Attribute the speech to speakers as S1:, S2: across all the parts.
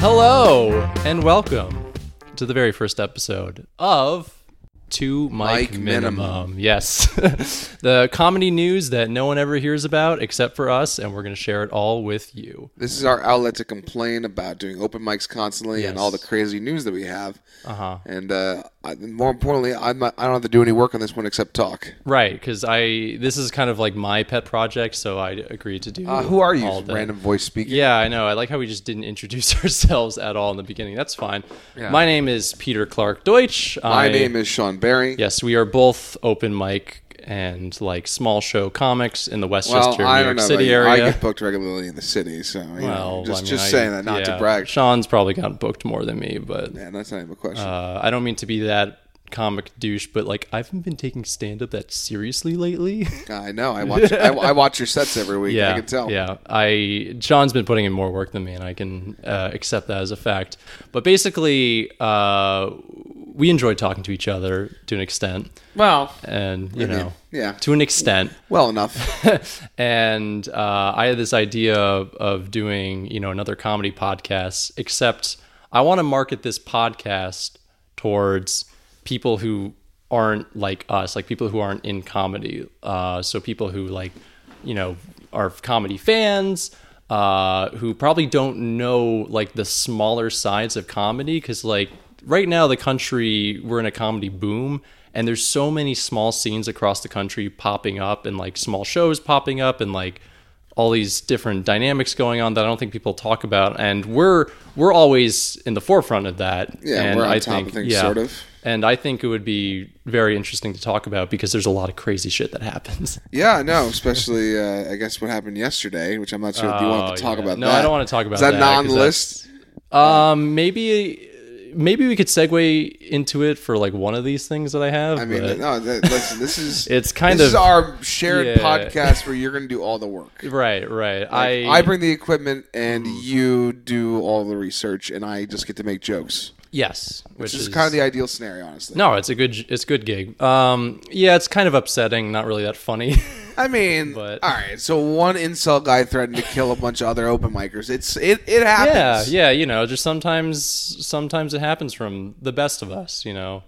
S1: Hello and welcome to the very first episode of Two Mic,
S2: Mic
S1: Minimum.
S2: Minimum.
S1: Yes, the comedy news that no one ever hears about except for us, and we're going to share it all with you.
S2: This is our outlet to complain about doing open mics constantly and
S1: Yes.
S2: all the crazy news that we have.
S1: Uh huh.
S2: And uh, I, more importantly, I'm not, I don't have to do any work on this one except talk.
S1: Right, because I this is kind of like my pet project, so I agreed to do.
S2: Uh, who are you?
S1: all the-
S2: Random voice speaking.
S1: Yeah, I know. I like how we just didn't introduce ourselves at all in the beginning. That's fine.
S2: Yeah.
S1: My name is Peter Clark Deutsch.
S2: My name is Sean Barry.
S1: Yes, we are both open mic and like small show comics in the
S2: Well,
S1: Westchester,
S2: I
S1: New
S2: don't
S1: York
S2: know.
S1: City
S2: about you.
S1: area.
S2: I get booked regularly in the city, so you
S1: well,
S2: know, just
S1: I mean,
S2: just
S1: I-
S2: saying that, not
S1: yeah.
S2: to brag.
S1: Sean's probably gotten booked more than me, but
S2: Yeah, that's not even a question.
S1: uh, I don't mean to be that comic douche, but like I haven't been taking stand up that seriously lately.
S2: I know. I watch. I, I watch your sets every week.
S1: yeah,
S2: I can tell.
S1: Yeah, I Sean's been putting in more work than me, and I can uh, accept that as a fact. But basically, uh, we enjoy talking to each other to an extent,
S2: Well,
S1: and you know,
S2: yeah.
S1: to an extent.
S2: well enough.
S1: and uh, I had this idea of, of doing, you know, another comedy podcast. Except I want to market this podcast towards people who aren't like us, like people who aren't in comedy. Uh, so people who like, you know, are comedy fans. Uh, who probably don't know like the smaller sides of comedy because like right now the country we're in a comedy boom and there's so many small scenes across the country popping up and like small shows popping up and like all these different dynamics going on that I don't think people talk about and we're we're always in the forefront of that
S2: Yeah,
S1: and
S2: we're on
S1: I
S2: top of
S1: think,
S2: things, sort of.
S1: and I think it would be very interesting to talk about because there's a lot of crazy shit that happens
S2: yeah, no. Especially, uh, I guess what happened yesterday, which I'm not sure if you want to
S1: Oh,
S2: talk
S1: yeah.
S2: about.
S1: No,
S2: that.
S1: I don't want to talk about
S2: Is that
S1: that, 'cause
S2: non list?
S1: um maybe maybe we could segue into it for like one of these things that I have
S2: I mean,
S1: but-
S2: no. That, listen, this is
S1: It's kind
S2: this
S1: of-
S2: is our shared
S1: yeah.
S2: podcast where you're going to do all the work.
S1: right right
S2: I,
S1: I Mm-hmm.
S2: I bring the equipment and you do all the research, and I just get to make jokes.
S1: yes which,
S2: This is kind of the ideal scenario, honestly.
S1: No, it's a good it's a good gig. Um, yeah, it's kind of upsetting. Not really that funny.
S2: I mean,
S1: But-
S2: all right. So one incel guy threatened to kill a bunch of other open micers. It's it it
S1: yeah,
S2: happens.
S1: yeah, you know, just sometimes sometimes it happens from the best of us. You know,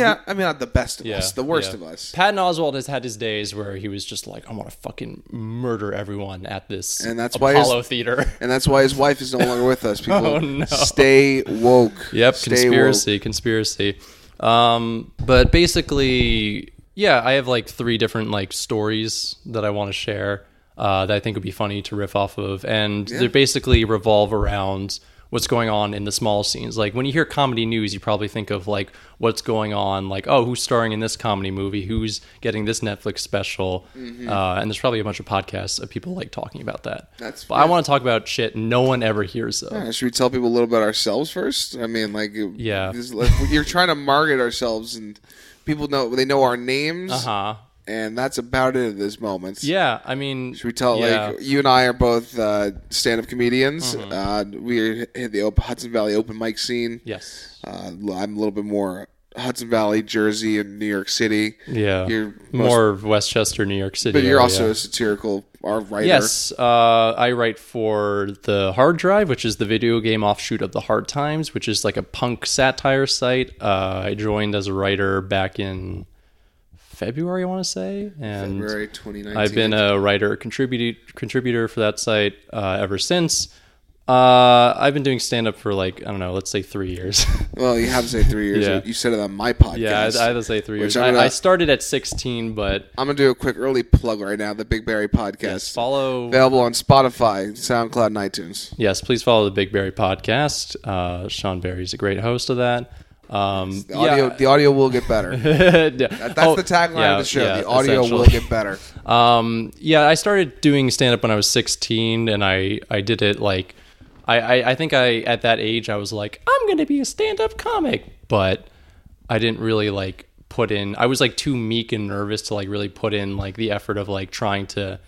S2: Yeah, I mean, not the best of
S1: yeah,
S2: us, the worst
S1: yeah.
S2: of us.
S1: Patton Oswald has had his days where he was just like, I want to fucking murder everyone at this
S2: And that's why
S1: Apollo Theater.
S2: And that's why his wife is no longer with us. People,
S1: Oh, no.
S2: stay woke.
S1: Yep,
S2: Stay
S1: conspiracy, conspiracy. Um, but basically, yeah, I have like three different like stories that I want to share uh, that I think would be funny to riff off of, and they basically revolve around what's going on in the small scenes. Like when you hear comedy news, you probably think of like what's going on, like oh, who's starring in this comedy movie, who's getting this Netflix special,
S2: Mm-hmm.
S1: uh, and there's probably a bunch of podcasts of people like talking about that.
S2: That's-
S1: but I want to talk about shit no one ever hears of.
S2: Uh, Should we tell people a little about ourselves first? I mean, like,
S1: Yeah.
S2: this- like, you're trying to market ourselves, and people know they know our names,
S1: Uh huh.
S2: and that's about it at this moment.
S1: Yeah, I mean,
S2: Should we tell
S1: yeah. Mm-hmm.
S2: like you and I are both uh, stand-up comedians. Uh, we hit the op- Hudson Valley open mic scene.
S1: yes,
S2: Uh, I'm a little bit more Hudson Valley, Jersey, and New York City.
S1: yeah,
S2: You're most,
S1: more Westchester, New York City,
S2: but you're
S1: area.
S2: also a satirical art writer.
S1: yes. Uh, I write for the Hard Drive, which is the video game offshoot of the Hard Times, which is like a punk satire site. Uh, I joined as a writer back in February, I want to say, and
S2: February 2019.
S1: I've been a writer contributor contributor for that site uh, ever since. Uh, I've been doing stand up for like I don't know, let's say three years.
S2: well, you have to say three years.
S1: Yeah.
S2: You said it on my podcast.
S1: Yeah, I, I had to say three
S2: Which
S1: years.
S2: I'm
S1: I,
S2: gonna-
S1: I started at 16, but
S2: I'm gonna do a quick early plug right now. The Big Berry podcast
S1: follow.
S2: available on Spotify, SoundCloud, and iTunes.
S1: Yes, please follow the Big Berry podcast. Uh, Sean Berry's a great host of that. Um,
S2: The audio, the audio will get better. That's
S1: yeah. Oh,
S2: the tagline
S1: yeah,
S2: of the show.
S1: yeah,
S2: the audio will
S1: essentially.
S2: get better.
S1: Um, yeah, I started doing stand up when I was 16, and I I did it like I I, I think I at that age I was like I'm gonna be a stand up comic, but I didn't really like put in. I was like too meek and nervous to like really put in like the effort of like trying to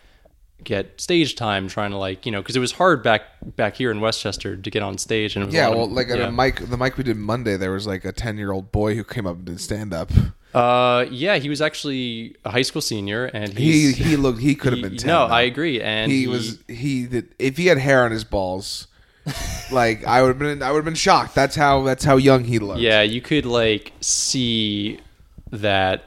S1: get stage time, trying to like you know because it was hard back back here in Westchester to get on stage and it was a
S2: Yeah,
S1: lot of-
S2: well, like at
S1: yeah.
S2: a mic, the mic we did Monday, there was like a ten-year-old boy who came up and did stand-up.
S1: Uh, yeah, he was actually a high school senior, and
S2: He
S1: he's,
S2: he looked he could have
S1: he-
S2: been ten.
S1: no,
S2: though.
S1: I agree, and
S2: he was he did if he had hair on his balls, Like I would have been I would have been shocked. That's how that's how young he looked.
S1: Yeah, you could like see that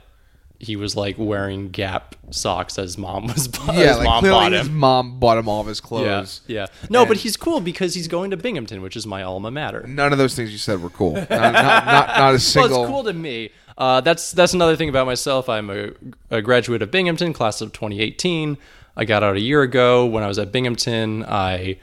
S1: he was like wearing Gap socks that his mom was.
S2: Yeah,
S1: his
S2: like
S1: mom
S2: clearly
S1: bought
S2: his
S1: him.
S2: mom bought him all of his
S1: Yeah,
S2: clothes.
S1: yeah. No, but
S2: And-
S1: he's cool because he's going to Binghamton, which is my alma mater.
S2: None of those things you said were cool. Not, not, not, not a
S1: Well,
S2: single.
S1: it's cool to me. Uh, that's that's another thing about myself. I'm a, a graduate of Binghamton, class of 2018. I got out a year ago. When I was at Binghamton, I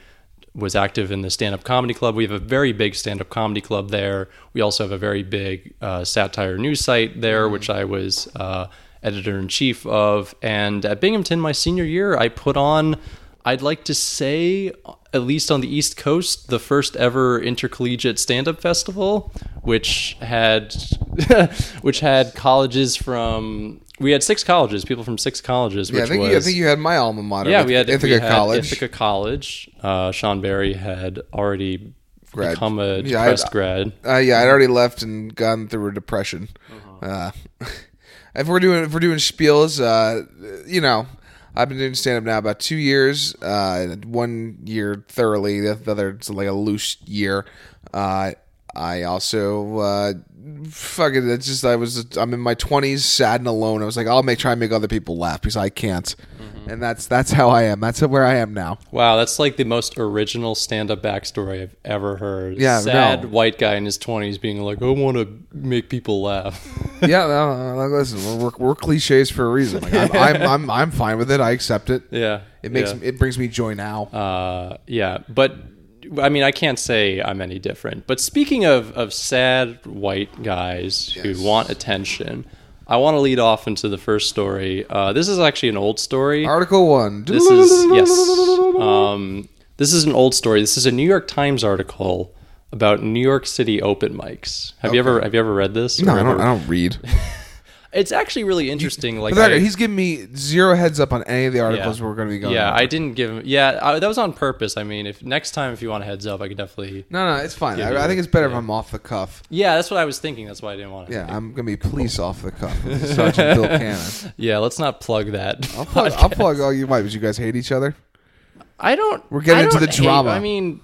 S1: was active in the stand up comedy club. We have a very big stand up comedy club there. We also have a very big uh, satire news site there, which I was uh, editor in chief of. And at Binghamton, my senior year, I put on. I'd like to say, at least on the East Coast, the first ever intercollegiate stand-up festival, which had which had colleges from we had six colleges, people from six colleges, which
S2: Yeah, I think,
S1: was
S2: you, I think you had my alma mater.
S1: yeah,
S2: Ith-
S1: we had
S2: Ithaca
S1: we had
S2: College.
S1: Ithaca College. Uh, Sean Barry had already
S2: Grad.
S1: become a
S2: Yeah, I-
S1: depressed grad.
S2: Uh, yeah, I'd already left and gone through a depression. uh if we're doing if we're doing spiels, uh, you know, I've been doing stand up now about two years. Uh, one year thoroughly, the the other it's like a loose year. Uh, I also uh, fuck it. It's just I was I'm in my twenties, sad and alone. I was like, I'll make try and make other people laugh because I can't, and that's that's how I am. That's where I am now.
S1: Wow, that's like the most original stand-up backstory I've ever heard.
S2: Yeah,
S1: sad
S2: no.
S1: white guy in his twenties being like, "I want to make people laugh."
S2: yeah, no, no, listen, we're, we're, we're cliches for a reason. Like, I'm, I'm, I'm, I'm fine with it. I accept it.
S1: yeah,
S2: It makes
S1: yeah.
S2: it brings me joy now.
S1: Uh, yeah, but I mean, I can't say I'm any different. But speaking of of sad white guys
S2: Yes.
S1: who want attention, I want to lead off into the first story. Uh, this is actually an old story.
S2: Article one.
S1: This is yes. Um, this is an old story. This is a New York Times article about New York City open mics. Have you ever have you ever read this?
S2: no,
S1: Or
S2: I don't.
S1: ever-
S2: I don't read.
S1: It's actually really interesting. Like
S2: But that
S1: I-
S2: guy, he's giving me zero heads up on any of the articles we're going to be going.
S1: Yeah,
S2: over.
S1: I didn't give him. Yeah, I, that was on purpose. I mean, if next time if you want a heads up, I could definitely.
S2: no, no, it's fine.
S1: me
S2: I, I think it's better if I'm off the cuff.
S1: Yeah, that's what I was thinking. That's why I didn't want to.
S2: Yeah, I'm going to be police off the cuff. with Sergeant Bill Cannon.
S1: Yeah, let's not plug that.
S2: I'll plug. I'll plug all you might. But you guys hate each other.
S1: I don't.
S2: We're getting
S1: I
S2: into
S1: don't
S2: the
S1: hate-
S2: drama.
S1: I mean,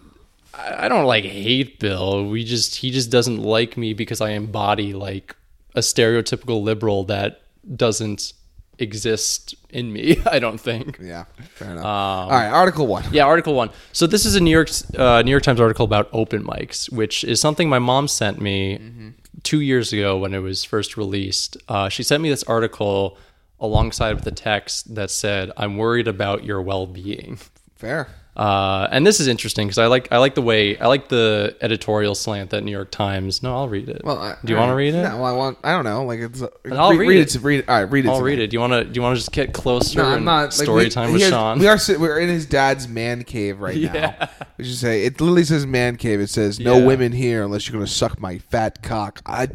S1: I I don't like hate Bill. We just he just doesn't like me because I embody like a stereotypical liberal that doesn't exist in me. I don't think.
S2: Yeah, fair
S1: Um,
S2: enough. all right, article one.
S1: Yeah, Article One. So this is a New York uh, New York Times article about open mics, which is something my mom sent me
S2: Mm-hmm.
S1: two years ago when it was first released. Uh, she sent me this article alongside with the text that said, "I'm worried about your well-being."
S2: Fair.
S1: Uh, and this is interesting because I like I like the way I like the editorial slant that New York Times. No, I'll read it.
S2: Well, I,
S1: do you want to read it?
S2: No, I want. I don't know. Like it's.
S1: I'll read
S2: it.
S1: it.
S2: to read. All right, read it.
S1: I'll
S2: to me.
S1: read it. Do you want to? Do you want to just get closer?
S2: No, I'm
S1: and
S2: not. like,
S1: Story
S2: we-
S1: time
S2: he
S1: with
S2: has-
S1: Sean.
S2: We are. sit- We're in his dad's man cave right
S1: Yeah.
S2: now. Which is say it literally says man cave. It says no
S1: Yeah.
S2: women here unless you're going to suck my fat cock. I,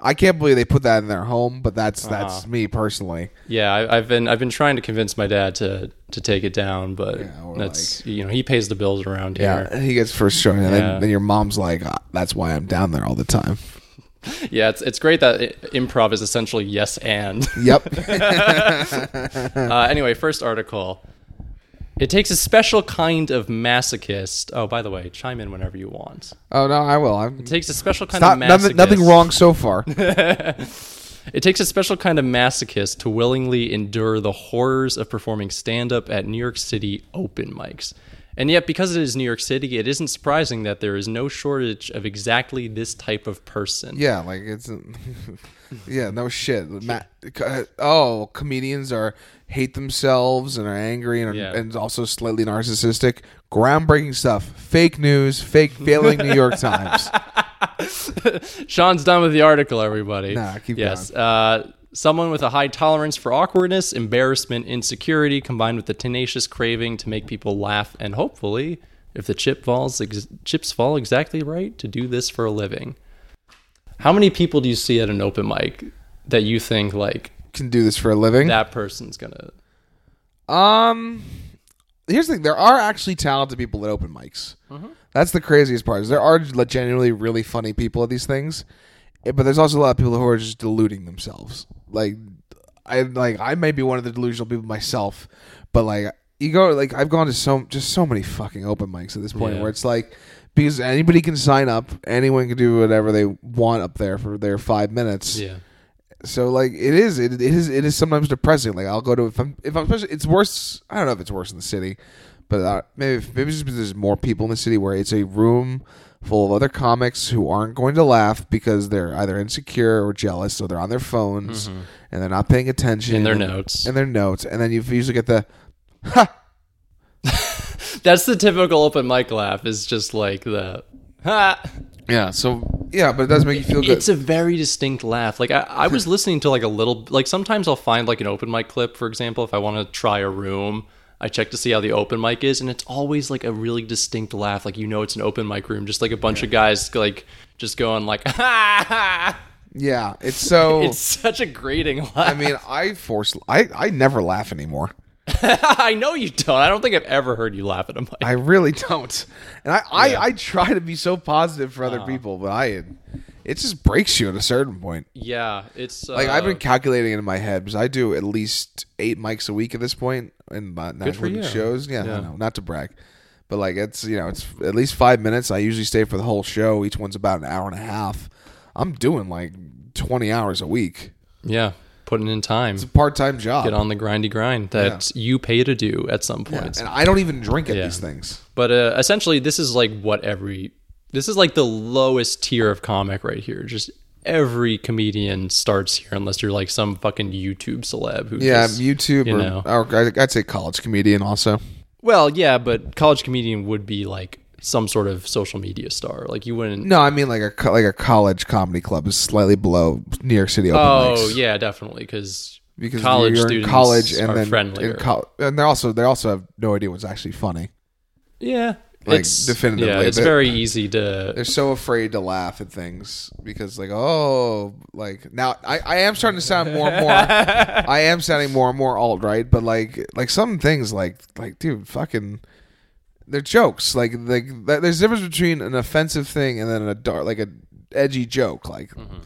S2: I can't believe they put that in their home, but that's
S1: Uh-huh.
S2: that's me personally.
S1: Yeah, I, I've been I've been trying to convince my dad to to take it down, but
S2: or
S1: that's you know he pays the bills around
S2: Yeah,
S1: here.
S2: he gets first showing, and
S1: Yeah.
S2: then, then your mom's like, "Ah, "That's why I'm down there all the time."
S1: Yeah, it's it's great that i improv is essentially yes and.
S2: Yep.
S1: uh, anyway, first article. It takes a special kind of masochist. Oh, by the way, chime in whenever you want.
S2: oh no, I will. I'm
S1: It takes a special kind
S2: not,
S1: of masochist.
S2: nothing, nothing wrong so far.
S1: It takes a special kind of masochist to willingly endure the horrors of performing stand up at New York City open mics. And yet, because it is New York City, it isn't surprising that there is no shortage of exactly this type of person.
S2: Yeah, like it's yeah, no shit. Ma- uh, oh, comedians are hate themselves and are angry and, are,
S1: Yeah.
S2: and also slightly narcissistic. Groundbreaking stuff. Fake news. Fake failing New York Times.
S1: Sean's done with the article, everybody.
S2: Nah, keep
S1: yes. Uh, someone with a high tolerance for awkwardness, embarrassment, insecurity, combined with the tenacious craving to make people laugh, and hopefully, if the chip falls, ex- chips fall exactly right, to do this for a living. How many people do you see at an open mic that you think like
S2: Can do this for a living.
S1: that person's gonna?
S2: Um, here's the thing: there are actually talented people at open mics.
S1: Mm-hmm.
S2: That's the craziest part. Is there are like, genuinely really funny people at these things, eh, but there's also a lot of people who are just deluding themselves. Like, I like I may be one of the delusional people myself, but like you go like I've gone to so just so many fucking open mics at this point
S1: Yeah.
S2: where it's like because anybody can sign up, anyone can do whatever they want up there for their five minutes.
S1: Yeah.
S2: So like it is, it, it is, it is sometimes depressing. Like I'll go to if I'm if I'm especially it's worse. I don't know if it's worse in the city, but uh, maybe maybe it's just because there's more people in the city where it's a room full of other comics who aren't going to laugh because they're either insecure or jealous, so they're on their phones and they're not paying attention
S1: Mm-hmm. In their notes.
S2: and their notes, and then you usually get the ha
S1: That's the typical open mic laugh. Is just like the. Ha!
S3: Yeah. So
S2: yeah, but it does make you feel good.
S1: It's a very distinct laugh. Like I, I was listening to like a little. Like sometimes I'll find like an open mic clip, for example, if I want to try a room. I check to see how the open mic is, and it's always like a really distinct laugh. Like you know, it's an open mic room. Just like a bunch of guys like just going like. Ha! ha."
S2: yeah, it's so.
S1: It's such a grating laugh.
S2: I mean, I force. I I never laugh anymore.
S1: I know you don't. I don't think I've ever heard you laugh at a mic.
S2: I really don't. And I, I, I try to be so positive for
S1: Uh-huh.
S2: other people, but I it just breaks you at a certain point.
S1: yeah, it's
S2: Like I've
S1: uh,
S2: been calculating it in my head because I do at least eight mics a week at this point in my
S1: for
S2: national
S1: you.
S2: shows. Yeah, I know, not to brag, but like it's you know it's at least five minutes. I usually stay for the whole show. Each one's about an hour and a half. I'm doing like twenty hours a week.
S1: yeah putting in time.
S2: Part time job.
S1: Get on the grindy grind that you pay to do at some point.
S2: and I don't even drink at
S1: Yeah.
S2: these things.
S1: But uh, essentially, this is like what every this is like the lowest tier of comic right here. Just every comedian starts here, unless you're like some fucking YouTube celeb. Who
S2: Yeah,
S1: just-
S2: YouTube
S1: you
S2: or,
S1: know.
S2: or I- I'd say college comedian also.
S1: well, yeah, but college comedian would be like some sort of social media star. Like you wouldn't.
S2: No, I mean like a co- like a college comedy club is slightly below New York City open
S1: oh
S2: mics
S1: yeah, definitely because
S2: because
S1: college
S2: you're in
S1: students
S2: college and
S1: are
S2: then
S1: friendlier.
S2: in col- and they're also they also have no idea what's actually funny.
S1: yeah.
S2: Like,
S1: it's,
S2: definitively,
S1: yeah, it's
S2: but-
S1: very easy to.
S2: They're so afraid to laugh at things because like oh like now I, I am starting to sound more and more I am sounding more and more alt right but like like some things like like dude fucking they're jokes like like th- there's a difference between an offensive thing and then a dark like a edgy joke like
S1: Mm-hmm.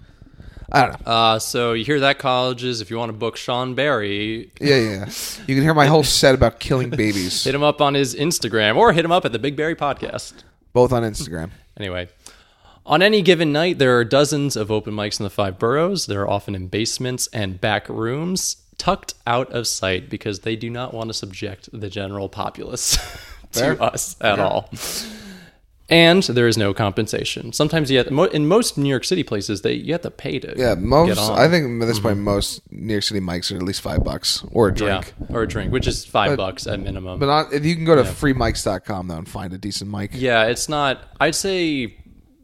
S2: I don't know
S1: Uh, so you hear that, colleges? If you want to book Sean Barry,
S2: Yeah, yeah. yeah. You can hear my whole set about killing babies,
S1: Hit him up on his Instagram or hit him up at the Big Berry Podcast.
S2: both on Instagram.
S1: Anyway, on any given night, there are dozens of open mics in the five boroughs. They're often in basements and back rooms, tucked out of sight because they do not want to subject the general populace to us at all. And there is no compensation. Sometimes you have, mo- in most New York City places, they you have to pay to
S2: Yeah, most.
S1: get on.
S2: I think at this point, most New York City mics are at least five bucks or a
S1: yeah,
S2: drink.
S1: or a drink, which is five bucks at minimum.
S2: But not if you can go to freemics.com though and find a decent mic.
S1: Yeah, it's not. I'd say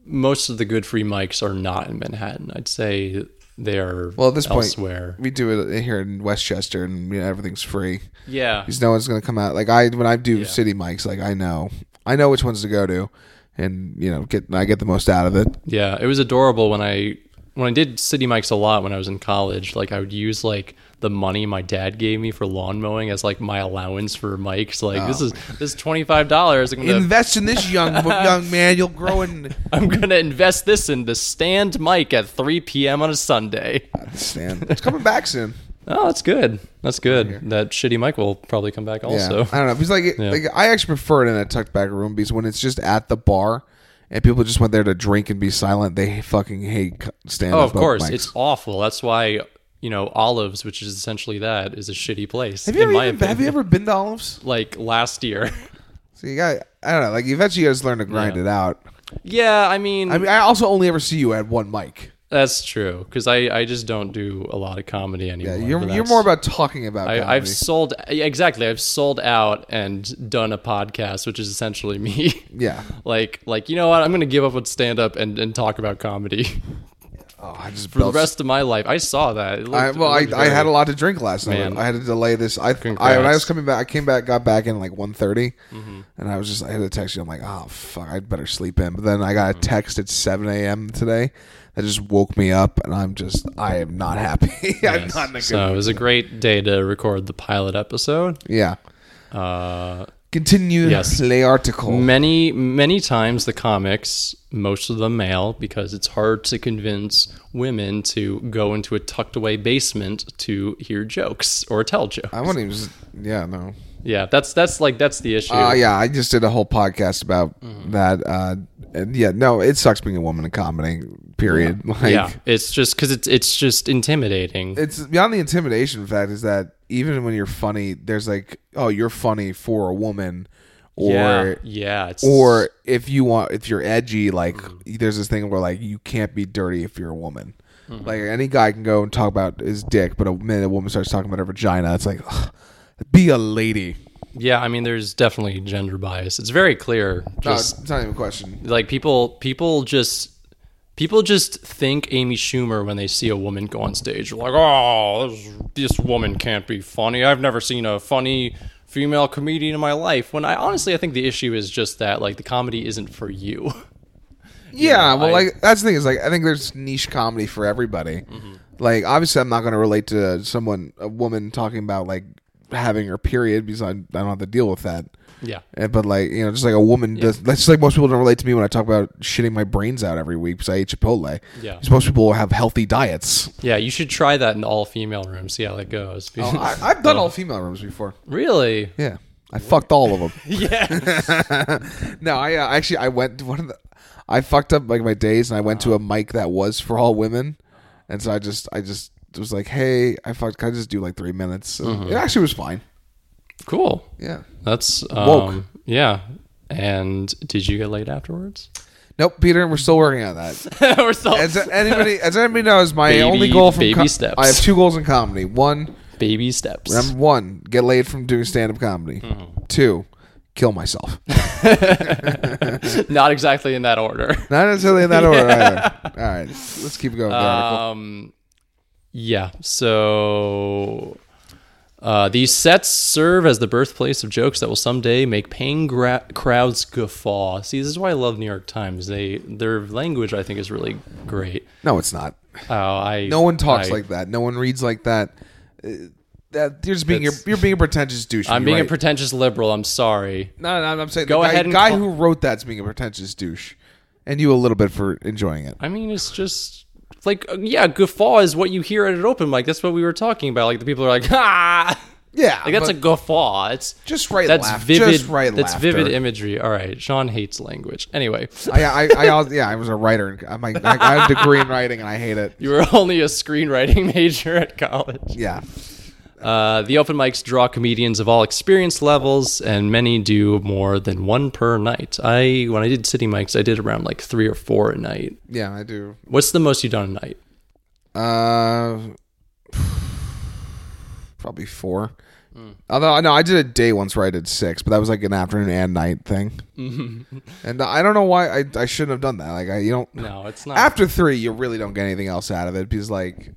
S1: most of the good free mics are not in Manhattan. I'd say they are
S2: Well, at this point,
S1: elsewhere.
S2: we do it here in Westchester, and you know, everything's free
S1: yeah,
S2: because no one's going to come out. Like I, when I do city mics, like I know, I know which ones to go to, and you know, get I get the most out of it.
S1: yeah. It was adorable when I when I did city mics a lot when I was in college. Like I would use like the money my dad gave me for lawn mowing as like my allowance for mics. Like
S2: Oh.
S1: this is this twenty five dollars. I'm gonna
S2: Invest in this young young man; you'll grow in.
S1: I'm gonna invest this in the stand mic at three p.m. on a Sunday.
S2: Stan, it's coming back soon.
S1: Oh, that's good. That's good. That shitty mic will probably come back
S2: Yeah,
S1: also.
S2: I don't know. Because like, it- like I actually prefer it in a tucked back room because when it's just at the bar and people just went there to drink and be silent, they fucking hate stand up.
S1: Oh, of course, it's awful. That's why you know Olives, which is essentially that, is a shitty place.
S2: have you
S1: in
S2: ever
S1: my
S2: even,
S1: opinion.
S2: have you ever been to Olives?
S1: like last year?
S2: So you got I don't know. Like eventually you guys learn to grind it out.
S1: yeah, I mean,
S2: I mean, I also only ever see you at one mic.
S1: that's true because I I just don't do a lot of comedy anymore.
S2: You're
S1: but
S2: you're
S1: that's-
S2: more about talking about.
S1: I, I've
S2: comedy.
S1: sold exactly. I've sold out and done a podcast, which is essentially me.
S2: yeah.
S1: like, like you know what? I'm going to give up with stand up and, and talk about comedy
S2: Oh, I just
S1: for the
S2: belched.
S1: rest of my life. I saw that. It
S2: I,
S1: looked-
S2: well,
S1: it
S2: I,
S1: looked
S2: I
S1: very-
S2: had a lot to drink last
S1: Man.
S2: night. I had to delay this. I, I when I
S1: Congrats. Mm-hmm.
S2: was coming back, I came back, got back in like 1.30, and I was just I had to text you. I'm like, oh fuck, I'd better sleep in. But then I
S1: Mm-hmm.
S2: got a text at seven a.m. today that just woke me up, and I'm just I am not happy. I'm not in a good.
S1: So it was a great day to record the pilot episode.
S2: yeah.
S1: Uh,
S2: Continue
S1: Yes.
S2: lay article.
S1: many many times the comics most of them male because it's hard to convince women to go into a tucked away basement to hear jokes or tell jokes
S2: I wouldn't even. s- Yeah, no.
S1: yeah that's that's like that's the issue Mm-hmm.
S2: Uh, yeah, I just did a whole podcast about that. Uh, and yeah, no, it sucks being a woman in comedy. Period. Like,
S1: yeah, it's just because it's it's just intimidating.
S2: it's beyond the intimidation fact is that even when you're funny, there's like, oh, you're funny for a woman, or
S1: yeah, yeah, it's,
S2: or if you want if you're edgy like there's this thing where like you can't be dirty if you're a woman like any guy can go and talk about his dick but a minute a woman starts talking about her vagina it's like ugh, be a lady
S1: yeah. I mean, there's definitely gender bias. It's very clear.
S2: no,
S1: Just
S2: it's not even a question
S1: like people, people just. People just think Amy Schumer when they see a woman go on stage. Like, oh, this, this woman can't be funny. I've never seen a funny female comedian in my life. When I honestly, I think the issue is just that, like, the comedy isn't for you.
S2: yeah well
S1: I-
S2: like that's the thing is like i think there's niche comedy for everybody like obviously i'm not going to relate to someone a woman talking about like having her period because i, I don't have to deal with that
S1: yeah.
S2: Uh, But like you know, just like a woman does. That's just like most people don't relate to me when I talk about shitting my brains out every week because I eat Chipotle.
S1: Yeah.
S2: because most people have healthy diets.
S1: Yeah, you should try that in all female rooms. See how that goes.
S2: Oh, I, I've done all female rooms before.
S1: really?
S2: Yeah, I fucked all of them.
S1: Yeah.
S2: no, I uh, actually I went to one of the. I fucked up like my days, and I went to
S1: Uh-huh.
S2: a mic that was for all women, and so I just I just was like, hey, I fucked. Can I just do like three minutes? And
S1: Mm-hmm.
S2: It actually was fine.
S1: cool.
S2: Yeah.
S1: That's um,
S2: Woke.
S1: Yeah. And did you get laid afterwards?
S2: Nope, Peter, we're still working on that.
S1: We're still
S2: As anybody, as anybody knows, my
S1: Baby-
S2: only goal from
S1: baby
S2: co-
S1: steps.
S2: I have two goals in comedy. One,
S1: baby steps.
S2: Number one, get laid from doing stand up comedy.
S1: Mm-hmm.
S2: Two, kill myself.
S1: Not exactly in that order.
S2: Not necessarily in that order either. All right, let's keep going. with the article.
S1: Um, yeah. So uh, these sets serve as the birthplace of jokes that will someday make paying gra- crowds guffaw. See, this is why I love New York Times. They their language, I think, is really great.
S2: no, it's not.
S1: Oh, I
S2: No one talks
S1: I-
S2: like that. No one reads like that. Uh, That you're just being you're,
S1: That's-
S2: you're being a pretentious douche.
S1: I'm
S2: You're
S1: being a
S2: right.
S1: pretentious liberal. I'm sorry.
S2: no, no. I'm saying
S1: Go
S2: the guy,
S1: ahead and
S2: guy
S1: call-
S2: who wrote that's being a pretentious douche, and you a little bit for enjoying it.
S1: I mean, it's just like uh, yeah, guffaw is what you hear at an open mic. That's what we were talking about. Like the people are like, ah,
S2: Yeah,
S1: like that's
S2: but
S1: a guffaw. It's
S2: just right.
S1: that's
S2: laugh.
S1: vivid.
S2: Just right.
S1: that's
S2: laughter.
S1: vivid imagery. All right, Sean hates language. Anyway,
S2: I, I, I, also- yeah, I was a writer. in- I'm like, I I had a degree in writing, and I hate it.
S1: you were only a screenwriting major at college.
S2: Yeah.
S1: Uh, the open mics draw comedians of all experience levels, and many do more than one per night. I when I did city mics, I did around like three or four a night.
S2: Yeah, I do.
S1: What's the most you've done a night?
S2: Uh, probably four.
S1: Hmm.
S2: Although no, I did a day once where I did six, but that was like an afternoon and night thing. and I don't know why I, I shouldn't have done that. Like I you don't
S1: No, it's not.
S2: after three you really don't get anything else out of it because like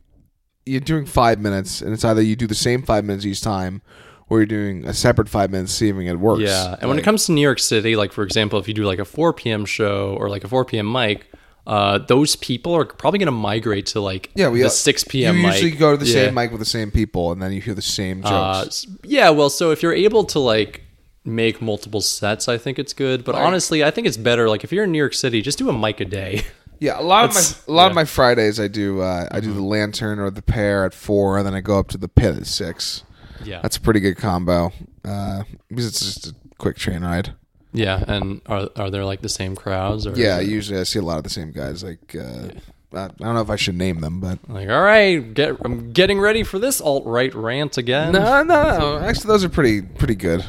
S2: you're doing five minutes and it's either you do the same five minutes each time or you're doing a separate five minutes see if it works.
S1: Yeah, and when it comes to New York City, like for example, if you do like a 4 p.m. show or like a 4 p.m. mic, uh, those people are probably going to migrate to like
S2: yeah, we
S1: the 6 p.m.
S2: You
S1: mic.
S2: usually go to the
S1: Yeah.
S2: same mic with the same people, and then you hear the same jokes.
S1: Uh, s- yeah, well, so if you're able to like make multiple sets, I think it's good. But honestly, I think it's better like if you're in New York City, just do a mic a day.
S2: Yeah, a lot of my
S1: That's-
S2: a lot of
S1: yeah.
S2: my Fridays I do uh, I do the lantern or the pear at four, and then I go up to the pit at six.
S1: yeah,
S2: That's a pretty good combo uh, because it's just a quick train ride.
S1: yeah. And are are there like the same crowds? Or
S2: Yeah, usually I see a lot of the same guys. Like uh, I I don't know if I should name them, but
S1: Like, all right, get I'm getting ready for this alt right rant again.
S2: no, no, no. Actually, those are pretty pretty good.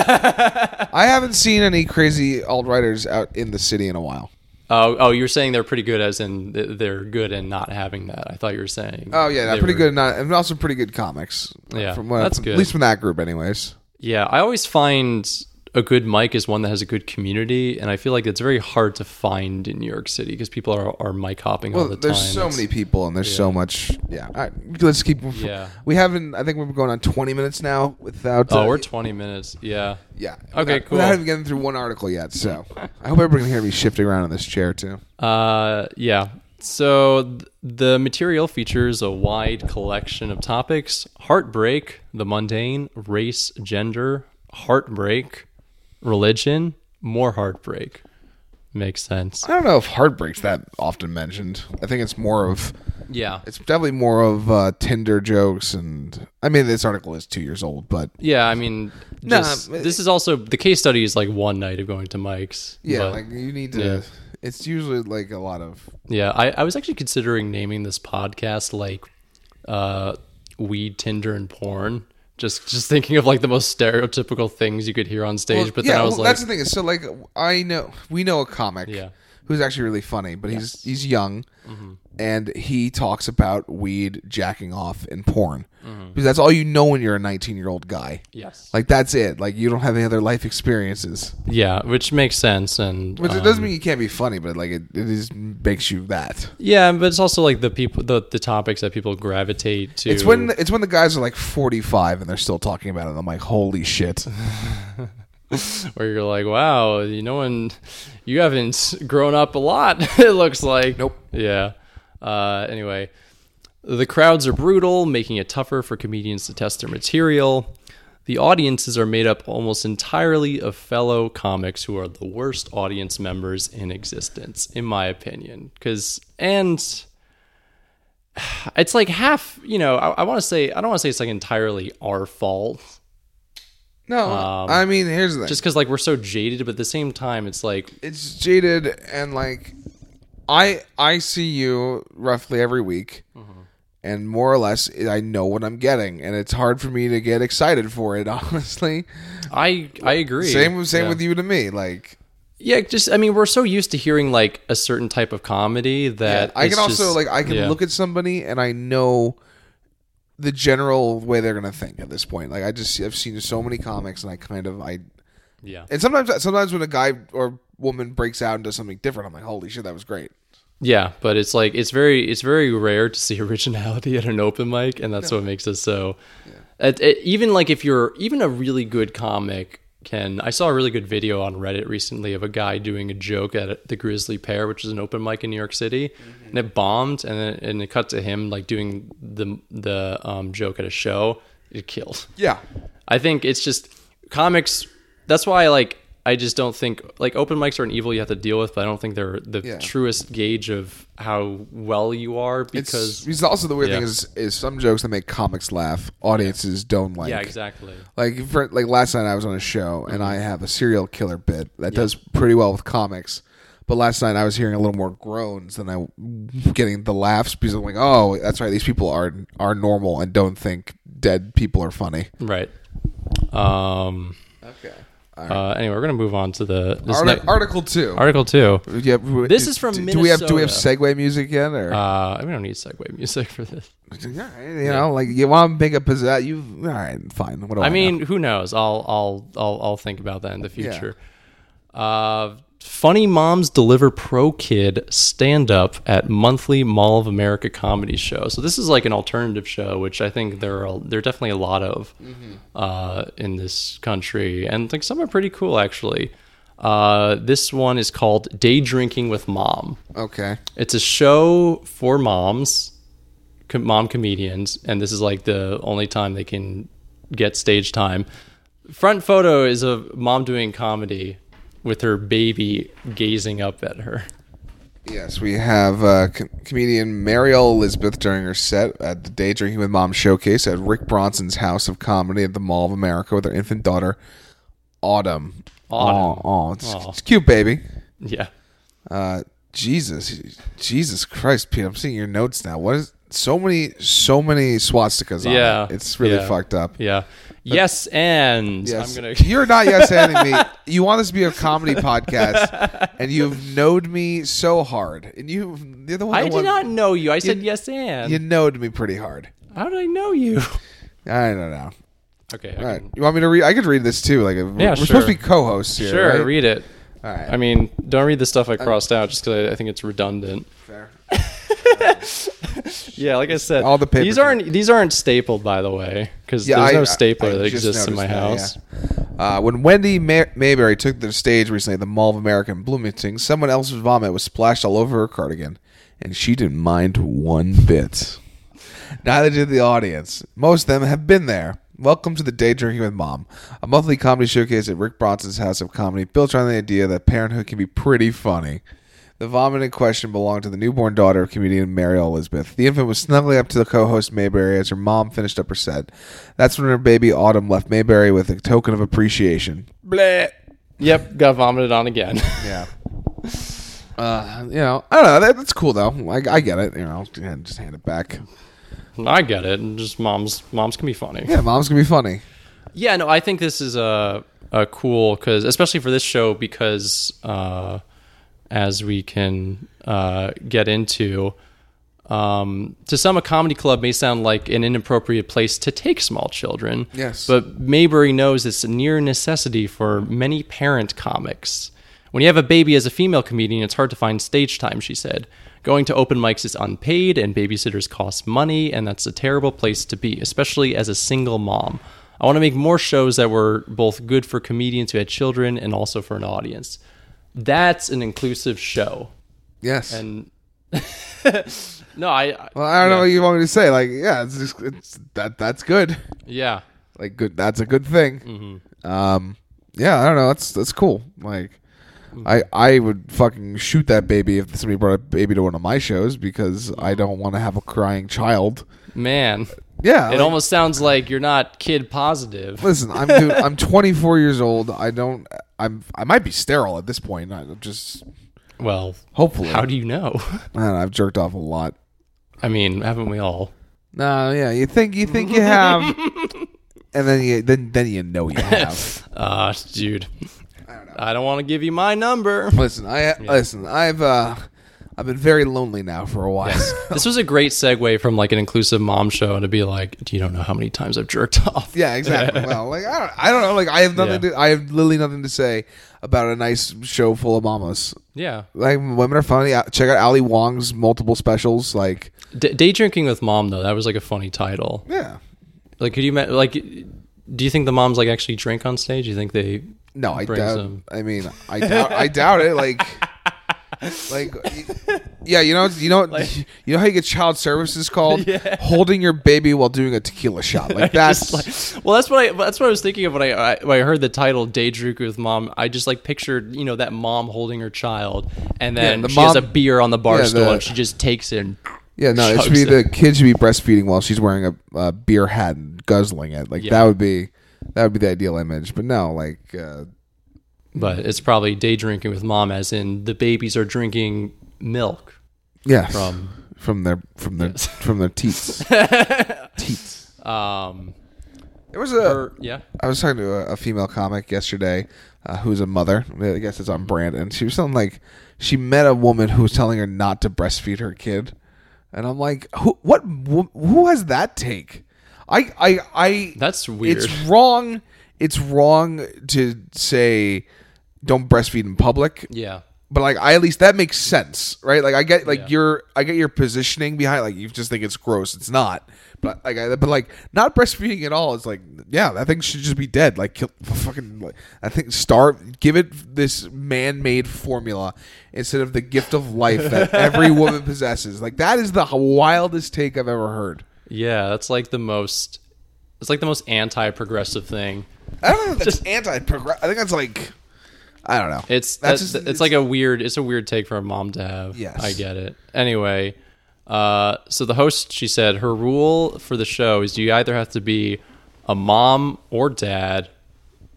S2: I haven't seen any crazy alt writers out in the city in a while.
S1: Oh, oh, you're saying they're pretty good, as in th- they're good in not having that. I thought you were saying.
S2: Oh yeah,
S1: they
S2: pretty
S1: were-
S2: good. and Not, and also pretty good comics.
S1: Yeah,
S2: from what,
S1: that's
S2: from-
S1: good.
S2: At least from that group, anyways.
S1: Yeah, I always find a good mic is one that has a good community, and I feel like it's very hard to find in New York City because people are are mic hopping all
S2: Well,
S1: the time.
S2: there's so
S1: It's-
S2: many people and there's so much. Yeah. All right, let's keep.
S1: Yeah.
S2: We haven't. I think we're going on 20 minutes now without. uh,
S1: Oh, we're 20 minutes. Yeah.
S2: yeah.
S1: Okay,
S2: without,
S1: cool.
S2: Without even getting through one article yet, so I hope everybody can hear me shifting around in this chair too.
S1: Uh, yeah. So th- the material features a wide collection of topics: heartbreak, the mundane, race, gender, heartbreak, religion, more heartbreak. Makes sense.
S2: I don't know if heartbreak's that often mentioned. I think it's more of.
S1: Yeah.
S2: It's definitely more of uh, Tinder jokes and. I mean, this article is two years old, but
S1: Yeah, I mean,
S2: No,
S1: this,
S2: it-
S1: this is also the case study is like one night of going to Mike's.
S2: Yeah,
S1: but-
S2: like you need to.
S1: yeah.
S2: It's usually like a lot of
S1: yeah. I, I was actually considering naming this podcast like uh, weed, Tinder, and porn. Just just thinking of like the most stereotypical things you could hear on stage.
S2: Well,
S1: but
S2: yeah,
S1: then I was
S2: well,
S1: like,
S2: that's the thing. is, So like, I know we know a comic,
S1: Yeah. Mm-hmm.
S2: who's actually really funny, but he's he's young, and he talks about weed, jacking off, and porn
S1: Mm-hmm.
S2: because that's all you know when you're a 19 year old guy.
S1: yes,
S2: Like that's it. Like you don't have any other life experiences,
S1: yeah, which makes sense. And
S2: which
S1: um,
S2: it doesn't mean you can't be funny, but like it, it just makes you that.
S1: yeah, but it's also like the people the the topics that people gravitate to.
S2: It's when it's when the guys are like 45 and they're still talking about it. I'm like, holy shit.
S1: where you're like, wow, you know, and you haven't grown up a lot. it looks like.
S2: Nope.
S1: Yeah. Uh, anyway, the crowds are brutal, making it tougher for comedians to test their material. The audiences are made up almost entirely of fellow comics who are the worst audience members in existence, in my opinion. Because and it's like half. You know, I, I want to say I don't want to say it's like entirely our fault
S2: No, I mean here's the thing.
S1: Um, just because like we're so jaded but at the same time it's like
S2: it's jaded and like i i see you roughly every week
S1: Mm-hmm.
S2: and more or less i know what i'm getting and it's hard for me to get excited for it honestly
S1: i i agree
S2: same same
S1: yeah.
S2: with you to me like
S1: yeah just i mean we're so used to hearing like a certain type of comedy that
S2: i
S1: it's
S2: can also
S1: just-
S2: like i can
S1: yeah.
S2: look at somebody and i know the general way they're gonna think at this point like i just i've seen so many comics and i kind of i
S1: yeah
S2: and sometimes sometimes when a guy or woman breaks out and does something different i'm like holy shit that was great
S1: yeah but it's like it's very it's very rare to see originality at an open mic and that's what makes us so it, it- even like if you're even a really good comic can i saw a really good video on reddit recently of a guy doing a joke at the grizzly pear which is an open mic in new york city
S2: Mm-hmm.
S1: and it bombed and then and it cut to him like doing the the um, joke at a show it killed
S2: yeah
S1: I think it's just comics. That's why, like, I just don't think like open mics are an evil you have to deal with, but I don't think they're the
S2: Yeah.
S1: truest gauge of how well you are
S2: It's,
S1: because
S2: it's also the weird
S1: Yeah.
S2: thing is is some jokes that make comics laugh, audiences don't like.
S1: yeah, exactly. Mm-hmm.
S2: Like for, like last night I was on a show and I have a serial killer bit that does pretty well with comics, but last night I was hearing a little more groans than I getting the laughs because I'm like, oh, that's right, these people are are normal and don't think dead people are funny.
S1: Right. Um.
S2: Okay.
S1: Uh, anyway, we're gonna move on to the this
S2: Arti-
S1: next-
S2: article two.
S1: article two.
S2: Yeah, w-
S1: This is from
S2: do, do we have do we have
S1: Minnesota.
S2: segue music yet or
S1: Uh, we don't need segue music for this.
S2: yeah, you know like you want to make a possess you all right fine what do I,
S1: I
S2: know?
S1: mean, who knows? I'll I'll I'll I'll think about that in the future. Uh, funny moms deliver pro kid stand up at monthly Mall of America comedy show. So this is like an alternative show, which I think there are there are definitely a lot of
S2: Mm-hmm.
S1: uh, in this country, and like some are pretty cool actually. Uh, this one is called Day Drinking with Mom.
S2: okay
S1: It's a show for moms, com- mom comedians, and this is like the only time they can get stage time. Front photo is a mom doing comedy with her baby gazing up at her.
S2: Yes, we have uh, com- comedian Mariel Elizabeth during her set at the Day Drinking with Mom showcase at Rick Bronson's House of Comedy at the Mall of America with her infant daughter, Autumn.
S1: Autumn.
S2: Oh, it's,
S1: Aw.
S2: it's cute, baby.
S1: Yeah.
S2: Uh, Jesus, Jesus Christ, Pete! I'm seeing your notes now. What is so many, so many swastikas? on
S1: Yeah.
S2: it. it's really
S1: Yeah.
S2: fucked up.
S1: Yeah. yes, and
S2: Yes.
S1: I'm going to.
S2: You're not yes handing me. You want this to be a comedy podcast, and you've knowed me so hard, and you you're the one.
S1: I
S2: that
S1: did
S2: won-
S1: not know you. I said yes, and.
S2: You knowed me pretty hard.
S1: How did I know you?
S2: I don't know.
S1: Okay. I
S2: All right.
S1: can-
S2: You want me to read? I could read this too. Like, we're,
S1: Yeah,
S2: we're
S1: sure.
S2: supposed to be co-hosts here.
S1: Sure,
S2: right?
S1: read it.
S2: All right.
S1: I mean, don't read the stuff I crossed out just because I, I think it's redundant.
S2: Fair.
S1: Yeah, like I said,
S2: All the paper
S1: These aren't these aren't stapled, by the way, because
S2: Yeah,
S1: there's
S2: I-
S1: no
S2: I-
S1: stapler
S2: I
S1: that
S2: just
S1: exists in my house.
S2: noticed that, yeah. Uh, when Wendy May- Mayberry took the stage recently at the Mall of America in Bloomington, someone else's vomit was splashed all over her cardigan, and she didn't mind one bit. Neither did the audience. Most of them have been there. Welcome to the Day Drinking with Mom, a monthly comedy showcase at Rick Bronson's House of Comedy, built around the idea that parenthood can be pretty funny. The vomit in question belonged to the newborn daughter of comedian Mary Elizabeth. The infant was snuggling up to the co-host Mayberry as her mom finished up her set. That's when her baby Autumn left Mayberry with a token of appreciation. Bleh.
S1: Yep, got vomited on again.
S2: Yeah. Uh, you know, I don't know. That, that's cool though. Like, I get it. You know, yeah, just hand it back.
S1: I get it. And just moms, moms can be funny.
S2: Yeah, mom's gonna be funny.
S1: Yeah, no, I think this is a a cool because especially for this show because uh, as we can uh, get into, um, to some a comedy club may sound like an inappropriate place to take small children.
S2: Yes.
S1: but Mayberry knows it's a near necessity for many parent comics. When you have a baby as a female comedian, it's hard to find stage time, she said. Going to open mics is unpaid, and babysitters cost money, and that's a terrible place to be, especially as a single mom. I want to make more shows that were both good for comedians who had children and also for an audience. That's an inclusive show.
S2: Yes.
S1: And no, I,
S2: well, I don't know what you want me to say. Like, yeah, it's just it's that that's good.
S1: yeah,
S2: Like, good. That's a good thing.
S1: Mm-hmm.
S2: Um, yeah, I don't know. That's that's cool. Like,
S1: Hmm.
S2: I I would fucking shoot that baby if somebody brought a baby to one of my shows because I
S1: Mm-hmm.
S2: don't want to have a crying child.
S1: man.
S2: Yeah.
S1: It
S2: like-
S1: almost sounds like you're not kid positive.
S2: Listen, I'm dude, I'm 24 years old. I don't. I'm. I might be sterile at this point. I just
S1: Well,
S2: hopefully.
S1: how do you know?
S2: I don't know, I've jerked off a lot.
S1: I mean, haven't we all?
S2: No, yeah. You think you think you have, and then you then then you know you have.
S1: Uh, dude, I don't want to give you my number.
S2: listen, I listen. I've uh, I've been very lonely now for a while.
S1: This was a great segue from like an inclusive mom show to be like, do you don't know how many times I've jerked off?
S2: yeah, exactly. well, like I don't, I don't know. Like I have nothing.
S1: Yeah.
S2: To, I have literally nothing to say about a nice show full of mamas.
S1: Yeah.
S2: Like women are funny. Uh, Check out Ali Wong's multiple specials. Like
S1: D- day drinking with mom though, that was like a funny title.
S2: yeah.
S1: Like, could you ma- like? Do you think the moms like actually drink on stage? Do you think they?
S2: No, I
S1: brings
S2: doubt.
S1: them.
S2: I mean, I doubt. I doubt it. Like, like, y- yeah, you know, you know, you know how you get child services called holding your baby while doing a tequila shot. Like that's
S1: Just like, well, that's what I. That's what I was thinking of when I, I when I heard the title "Day Drink with Mom." I just like pictured you know that mom holding her child, and then
S2: the
S1: she has a
S2: mom-
S1: beer on the bar
S2: yeah,
S1: stool,
S2: the-
S1: and she just takes it. And,
S2: yeah. No, it should
S1: Chugs
S2: be
S1: it.
S2: the kid should be breastfeeding while she's wearing a, a beer hat and guzzling it. Like that would be that would be the ideal image. But no, like, uh,
S1: but it's probably day drinking with mom, as in the babies are drinking milk.
S2: yes,
S1: From-
S2: from their from their from their teats. teats.
S1: Um,
S2: There was a
S1: or- yeah.
S2: I was talking to a, a female comic yesterday uh, who's a mother. I guess it's on brand. And she was telling, like, she met a woman who was telling her not to breastfeed her kid. And I'm like, who, what, wo- who has that take? I, I, I,
S1: That's weird.
S2: It's wrong. It's wrong to say don't breastfeed in public
S1: Yeah.
S2: but like I at least that makes sense, right? Like I get like
S1: Yeah.
S2: your I get your positioning behind like you just think it's gross, it's not. But like I, but like not breastfeeding at all is like yeah, that thing should just be dead. Like kill, fucking like I think starve give it this man-made formula instead of the gift of life that every woman possesses. Like that is the wildest take I've ever heard.
S1: Yeah, that's like the most. It's like the most anti-progressive thing.
S2: I don't know if that's anti-progress. I think that's like I don't know.
S1: It's
S2: that's
S1: that's it's, like a weird it's a weird take for a mom to have.
S2: Yes.
S1: I get it. Anyway, uh, so the host she said her rule for the show is you either have to be a mom or dad,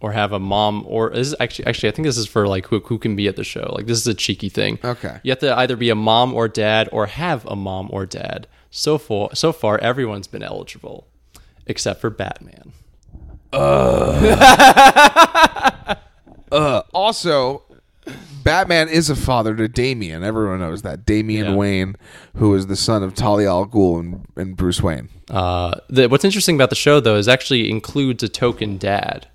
S1: or have a mom or this is actually actually I think this is for like who who can be at the show. Like this is a cheeky thing.
S2: Okay.
S1: You have to either be a mom or dad or have a mom or dad. So far so far everyone's been eligible, except for Batman.
S2: Uh, also Batman is a father to Damien. Everyone knows that. Damien
S1: Yeah.
S2: Wayne, who is the son of Talia al Ghul and, and Bruce Wayne.
S1: Uh, the, what's interesting about the show though is actually includes a token dad.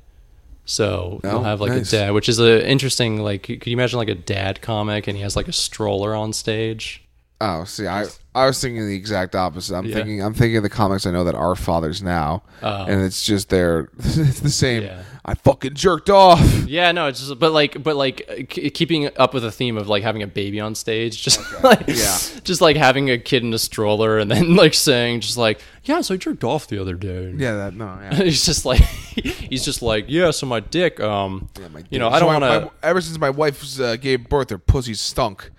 S1: So
S2: Oh,
S1: you'll have like
S2: nice.
S1: a dad, which is a interesting like. Could you imagine like a dad comic and he has like a stroller on stage?
S2: Oh, see, I I was thinking the exact opposite. I'm thinking I'm thinking of the comics I know that are fathers now, and it's just they're it's the same.
S1: Oh. Yeah.
S2: I fucking jerked off.
S1: Yeah, no, it's just but like but like uh, k- keeping up with the theme of like having a baby on stage, just like
S2: Yeah.
S1: just like having a kid in a stroller and then like saying just like yeah, so I jerked off the other day.
S2: Yeah, that no. Yeah.
S1: he's just like he's just like yeah, so my dick, um,
S2: My
S1: you know,
S2: dick-
S1: I don't
S2: so
S1: want
S2: my-
S1: to.
S2: my- Ever since my wife uh, gave birth, her pussy stunk.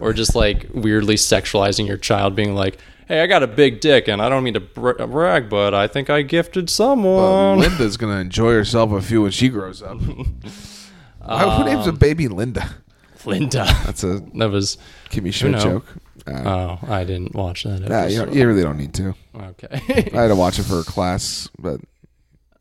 S1: or just like weirdly sexualizing your child, being like, "Hey, I got a big dick, and I don't mean to bra- brag, but I think I gifted someone."
S2: Linda's gonna enjoy herself a few when she grows up. Why- Who names a baby Linda?
S1: Linda,
S2: That's a
S1: that was.
S2: Kimmy Schmidt
S1: knows?
S2: joke. Uh,
S1: Oh, I didn't watch that.
S2: nah, you,
S1: Episode.
S2: don't- you really don't need to.
S1: Okay.
S2: I had to watch it for a class, but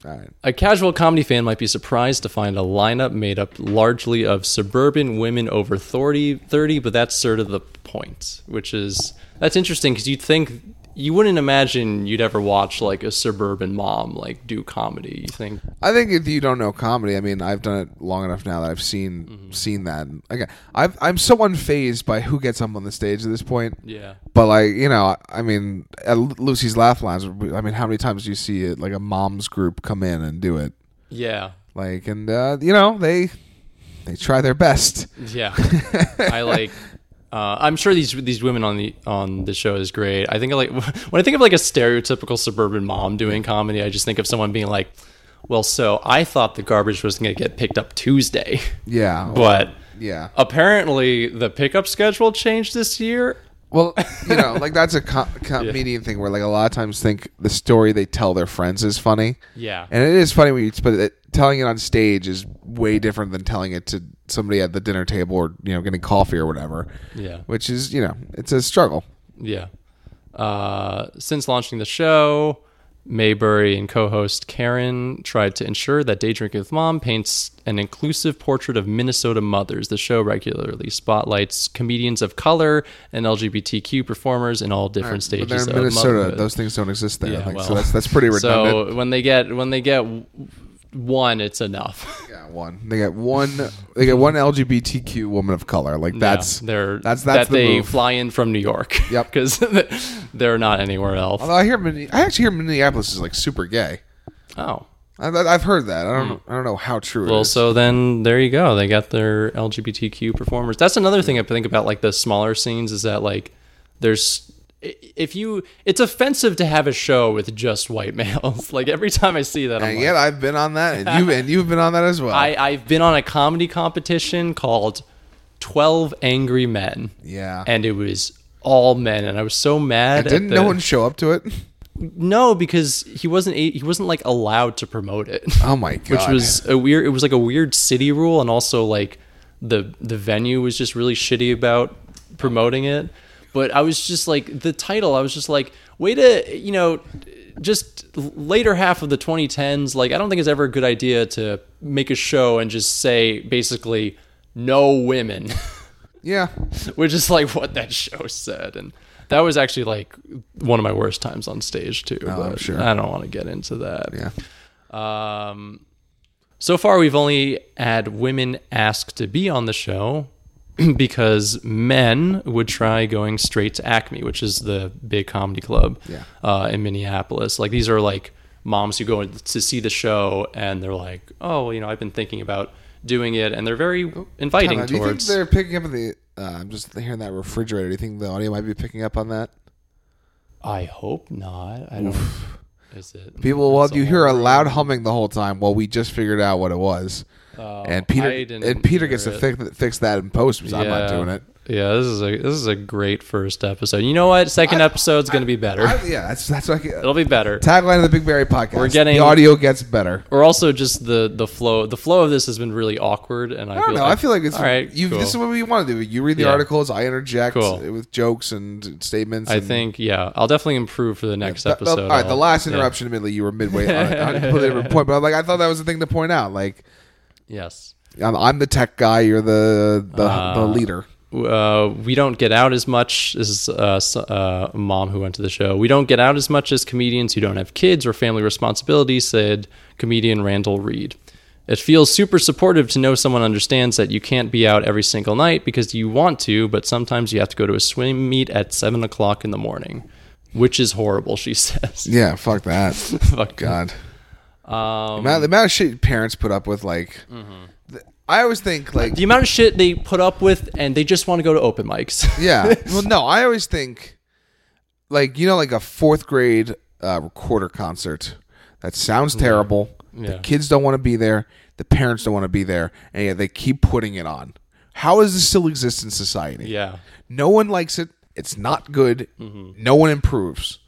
S2: all right.
S1: A casual comedy fan might be surprised to find a lineup made up largely of suburban women over 30, 30 but that's sort of the point, which is that's interesting because you'd think you wouldn't imagine you'd ever watch like a suburban mom like do comedy. You think
S2: I think if you don't know comedy, I mean, I've done it long enough now that I've seen seen that. Again, I've, I'm so unfazed by who gets up on the stage at this point.
S1: yeah.
S2: But like you know, I mean, at Lu- Lucy's Laugh Lines. I mean, how many times do you see it? Like a mom's group come in and do it.
S1: Yeah.
S2: Like, and uh, you know, they they try their best.
S1: Yeah, I like. Uh, I'm sure these these women on the on the show is great. I think I like when I think of like a stereotypical suburban mom doing comedy, I just think of someone being like, "Well, so I thought the garbage was going to get picked up Tuesday,
S2: Yeah,
S1: but
S2: yeah.
S1: apparently the pickup schedule changed this year."
S2: Well, you know, like that's a com- comedian thing where like a lot of times think the story they tell their friends is funny.
S1: Yeah,
S2: And it is funny when you, but it, telling it on stage is way different than telling it to somebody at the dinner table or you know getting coffee or whatever.
S1: yeah,
S2: Which is you know it's a struggle.
S1: yeah. Uh, since launching the show, Maybury and co-host Karen tried to ensure that Day Drinking with Mom paints an inclusive portrait of Minnesota mothers. The show regularly spotlights comedians of color and LGBTQ performers in all different
S2: But they're
S1: stages of
S2: in Minnesota;
S1: motherhood.
S2: those things don't exist there. I
S1: Yeah,
S2: think. so
S1: well.
S2: that's that's pretty redundant.
S1: so when they get when they get w- one, it's enough.
S2: Yeah, one. They got one. They got one LGBTQ woman of color. Like that's
S1: Yeah, they're
S2: that's that's
S1: that
S2: the
S1: they
S2: move.
S1: fly in from New York.
S2: Yep.
S1: because they're not anywhere else.
S2: Although I hear, Minne- I actually hear Minneapolis is like super gay.
S1: Oh.
S2: I, I- I've heard that. I don't. I don't know how true. it
S1: Hmm. Well,
S2: is.
S1: so then there you go. They got their LGBTQ performers. That's another thing I think about, like the smaller scenes, is that like there's i- if you it's offensive to have a show with just white males. Like every time I see that, I'm
S2: and
S1: like,
S2: yet I've been on that, and you and you've been on that as well.
S1: I I've been on a comedy competition called Twelve Angry Men,
S2: yeah.
S1: and it was all men, and I was so mad. at
S2: Didn't
S1: the-
S2: no one show up to it?
S1: No, because he wasn't a- he wasn't like allowed to promote it.
S2: Oh my god!
S1: which was a weird it was like a weird city rule and also like the the venue was just really shitty about promoting it but i was just like the title i was just like way to you know just later half of the 2010s like i don't think it's ever a good idea to make a show and just say basically no women
S2: yeah.
S1: which is like what that show said and that was actually like one of my worst times on stage too
S2: I'm
S1: but
S2: Oh, sure.
S1: i don't want to get into that
S2: Yeah.
S1: um, so far, we've only had women ask to be on the show because men would try going straight to Acme, which is the big comedy club
S2: Yeah.
S1: uh, in Minneapolis. Like these are like moms who go in to see the show and they're like, "Oh, well, you know, I've been thinking about doing it," and they're very inviting
S2: Time out. Oh, Uh, Do you think
S1: towards.
S2: they're picking up on the? Uh, I'm just hearing that refrigerator. Do you think the audio might be picking up on that?
S1: I hope not. I don't. Is it
S2: People, well, you
S1: all
S2: hear a loud humming the whole time. Well, we just figured out what it was,
S1: Oh,
S2: and Peter
S1: I didn't
S2: and Peter
S1: hear
S2: gets to
S1: it.
S2: fix, fix that in post because I'm not doing it.
S1: Yeah, this is a this is a great first episode. You know what? Second episode's gonna be better.
S2: I, yeah, that's that's what I get.
S1: It'll be better.
S2: Tagline of the Big Berry podcast:
S1: We're getting-
S2: the audio gets better.
S1: Or also just the the flow. The flow of this has been really awkward, and I,
S2: I don't
S1: feel
S2: know.
S1: Like,
S2: I feel like it's
S1: all right.
S2: You,
S1: cool.
S2: This is what we want to do. You read the
S1: Yeah.
S2: articles. I interject
S1: Cool.
S2: with jokes and statements.
S1: I
S2: and-
S1: think yeah. I'll definitely improve for the next
S2: Th- th-
S1: episode.
S2: all right, the
S1: I'll-
S2: last
S1: yeah.
S2: interruption, admittedly, you were midway on a, on a completely different point, but I'm like, I thought that was the thing to point out. Like,
S1: Yes.
S2: I'm, I'm the tech guy. You're the the, the leader.
S1: uh, we don't get out as much as uh, s- uh, a mom who went to the show. We don't get out as much as comedians who don't have kids or family responsibilities, said comedian Randall Reed. It feels super supportive to know someone understands that you can't be out every single night because you want to, but sometimes you have to go to a swim meet at seven o'clock in the morning, which is horrible, she says.
S2: Yeah, fuck that.
S1: Fuck.
S2: God,
S1: Um, Mm-hmm.
S2: the amount, the amount of shit parents put up with, like, th- I always think, like,
S1: the amount of shit they put up with, and they just want to go to open mics.
S2: yeah. Well, no, I always think, like, you know, like a fourth grade uh, recorder concert. That sounds terrible.
S1: Mm-hmm. Yeah.
S2: The kids don't want to be there. The parents don't want to be there, and yet they keep putting it on. How does this still exist in society?
S1: Yeah.
S2: No one likes it. It's not good.
S1: Mm-hmm.
S2: No one improves.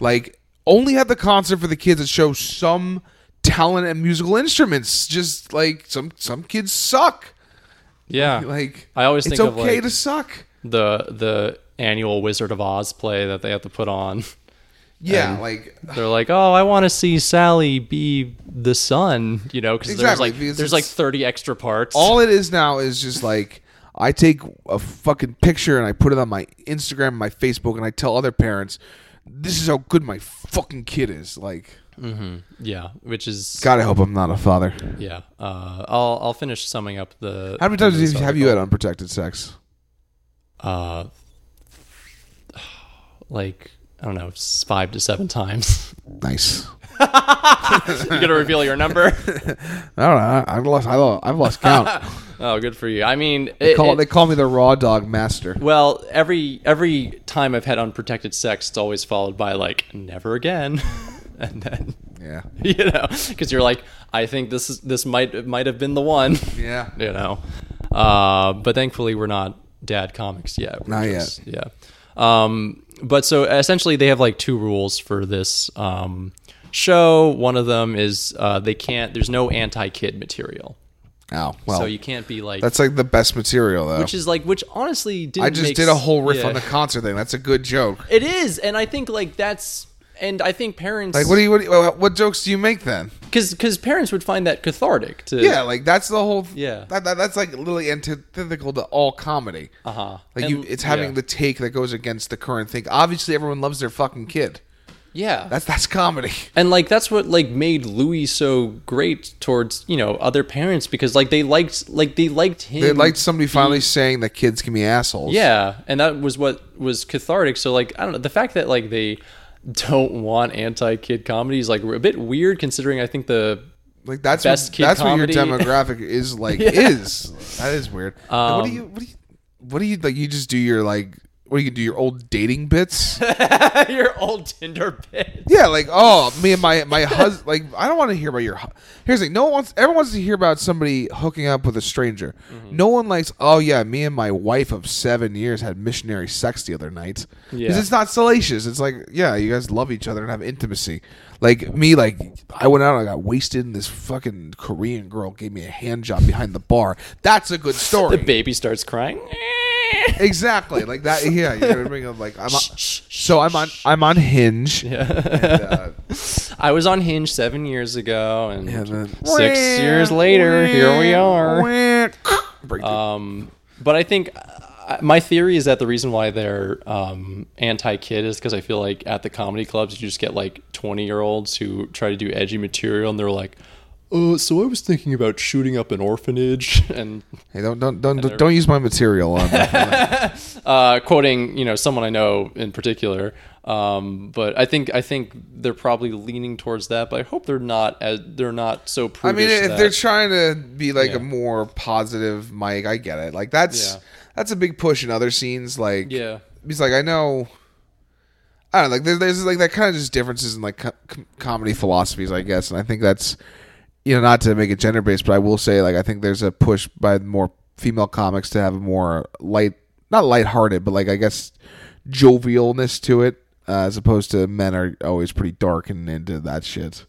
S2: like only have the concert for the kids that show some talent and musical instruments. Just like some some kids suck.
S1: Yeah.
S2: Like
S1: I always
S2: it's
S1: think of,
S2: okay
S1: like-
S2: to suck.
S1: the the annual Wizard of Oz play that they have to put on.
S2: Yeah, like
S1: They're like, oh, I want to see Sally be the sun, you know, because there's
S2: Exactly,
S1: like
S2: because
S1: there's like
S2: it's-
S1: thirty extra parts.
S2: all it is now is just like I take a fucking picture and I put it on my Instagram, my Facebook, and I tell other parents, "This is how good my fucking kid is." Like,
S1: yeah, which is
S2: God, I hope I'm not a father.
S1: yeah. Uh, I'll I'll finish summing up the.
S2: How many times
S1: this
S2: have you had unprotected sex?
S1: Uh, like I don't know, s- five to seven times.
S2: Nice.
S1: you gonna reveal your number?
S2: I don't know. I- I've lost. I lost I've lost count.
S1: oh, good for you. I mean,
S2: they,
S1: it-
S2: call,
S1: it-
S2: they call me the raw dog master.
S1: well, every every time I've had unprotected sex, it's always followed by like never again, and then
S2: Yeah.
S1: you know, because you're like, I think this is this might might have been the one.
S2: Yeah.
S1: you know. Uh, but thankfully, we're not dad comics yet. We're
S2: Not
S1: yet. Yeah. Um, but so essentially, they have like two rules for this um, show. One of them is uh, they can't. There's no anti-kid material,
S2: Oh well.
S1: so you can't be like.
S2: that's like the best material though.
S1: which is like, which honestly, didn't
S2: I just
S1: make
S2: did a
S1: s-
S2: whole riff
S1: yeah.
S2: on the concert thing. That's a good joke.
S1: It is, and I think like that's, and I think parents
S2: Like, what do you what, do you- what jokes do you make then?
S1: because because parents would find that cathartic. To,
S2: Yeah, like that's the whole.
S1: Yeah.
S2: that, that, that's like literally antithetical to all comedy. Uh
S1: Uh-huh.
S2: Like
S1: And-
S2: you, it's having
S1: yeah.
S2: the take that goes against the current thing. Obviously, everyone loves their fucking kid.
S1: yeah,
S2: That's that's comedy.
S1: and like that's what like made Louis so great towards you know other parents because like they liked like they liked him.
S2: They liked somebody finally saying that kids can be assholes.
S1: yeah, and that was what was cathartic. So like I don't know the fact that like they don't want anti-kid comedy is like a bit weird considering I think the
S2: like that's
S1: Best
S2: what,
S1: kid
S2: that's what your
S1: comedy.
S2: demographic is like is. That is weird. And
S1: Um,
S2: what do you what do you what do you like? You just do your like what do you do your old dating bits?
S1: your old Tinder bit.
S2: Yeah, like oh, me and my my husband. Like I don't want to hear about your. Hu- Here's the thing: no one wants. Everyone wants to hear about somebody hooking up with a stranger. No one likes. Oh yeah, me and my wife of seven years had missionary sex the other night.
S1: Yeah.
S2: Because it's not salacious. It's like yeah, you guys love each other and have intimacy. Like me, like I went out, and I got wasted, and this fucking Korean girl gave me a hand job behind the bar. That's a good story.
S1: Baby starts crying.
S2: Exactly, like that. Yeah, you're gonna bring up like I'm. On, so I'm on. I'm on Hinge. And, uh,
S1: I was on Hinge seven years ago, and
S2: then-
S1: six years later, here we are.
S2: Break the-
S1: Um, but I think uh, my theory is that the reason why they're um, anti-kid is because I feel like at the comedy clubs you just get like twenty-year-olds who try to do edgy material, and they're like, "Uh, so I was thinking about shooting up an orphanage," and
S2: hey, don't don't don't don't, use my material on.
S1: uh, quoting you know someone I know in particular. Um, but I think I think they're probably leaning towards that. But I hope they're not as they're not so.
S2: I mean, if
S1: that-
S2: they're trying to be like
S1: uh, Yeah.
S2: a more positive Mike, I get it. Like that's
S1: Yeah.
S2: that's a big push in other scenes. Like
S1: yeah.
S2: he's like I know. I don't know, like there's, there's like that kind of just differences in like co- com- comedy philosophies, I guess, and I think that's you know not to make it gender based, but I will say like I think there's a push by more female comics to have a more light, not lighthearted, but like I guess jovialness to it, uh, as opposed to men are always pretty dark and into that shit.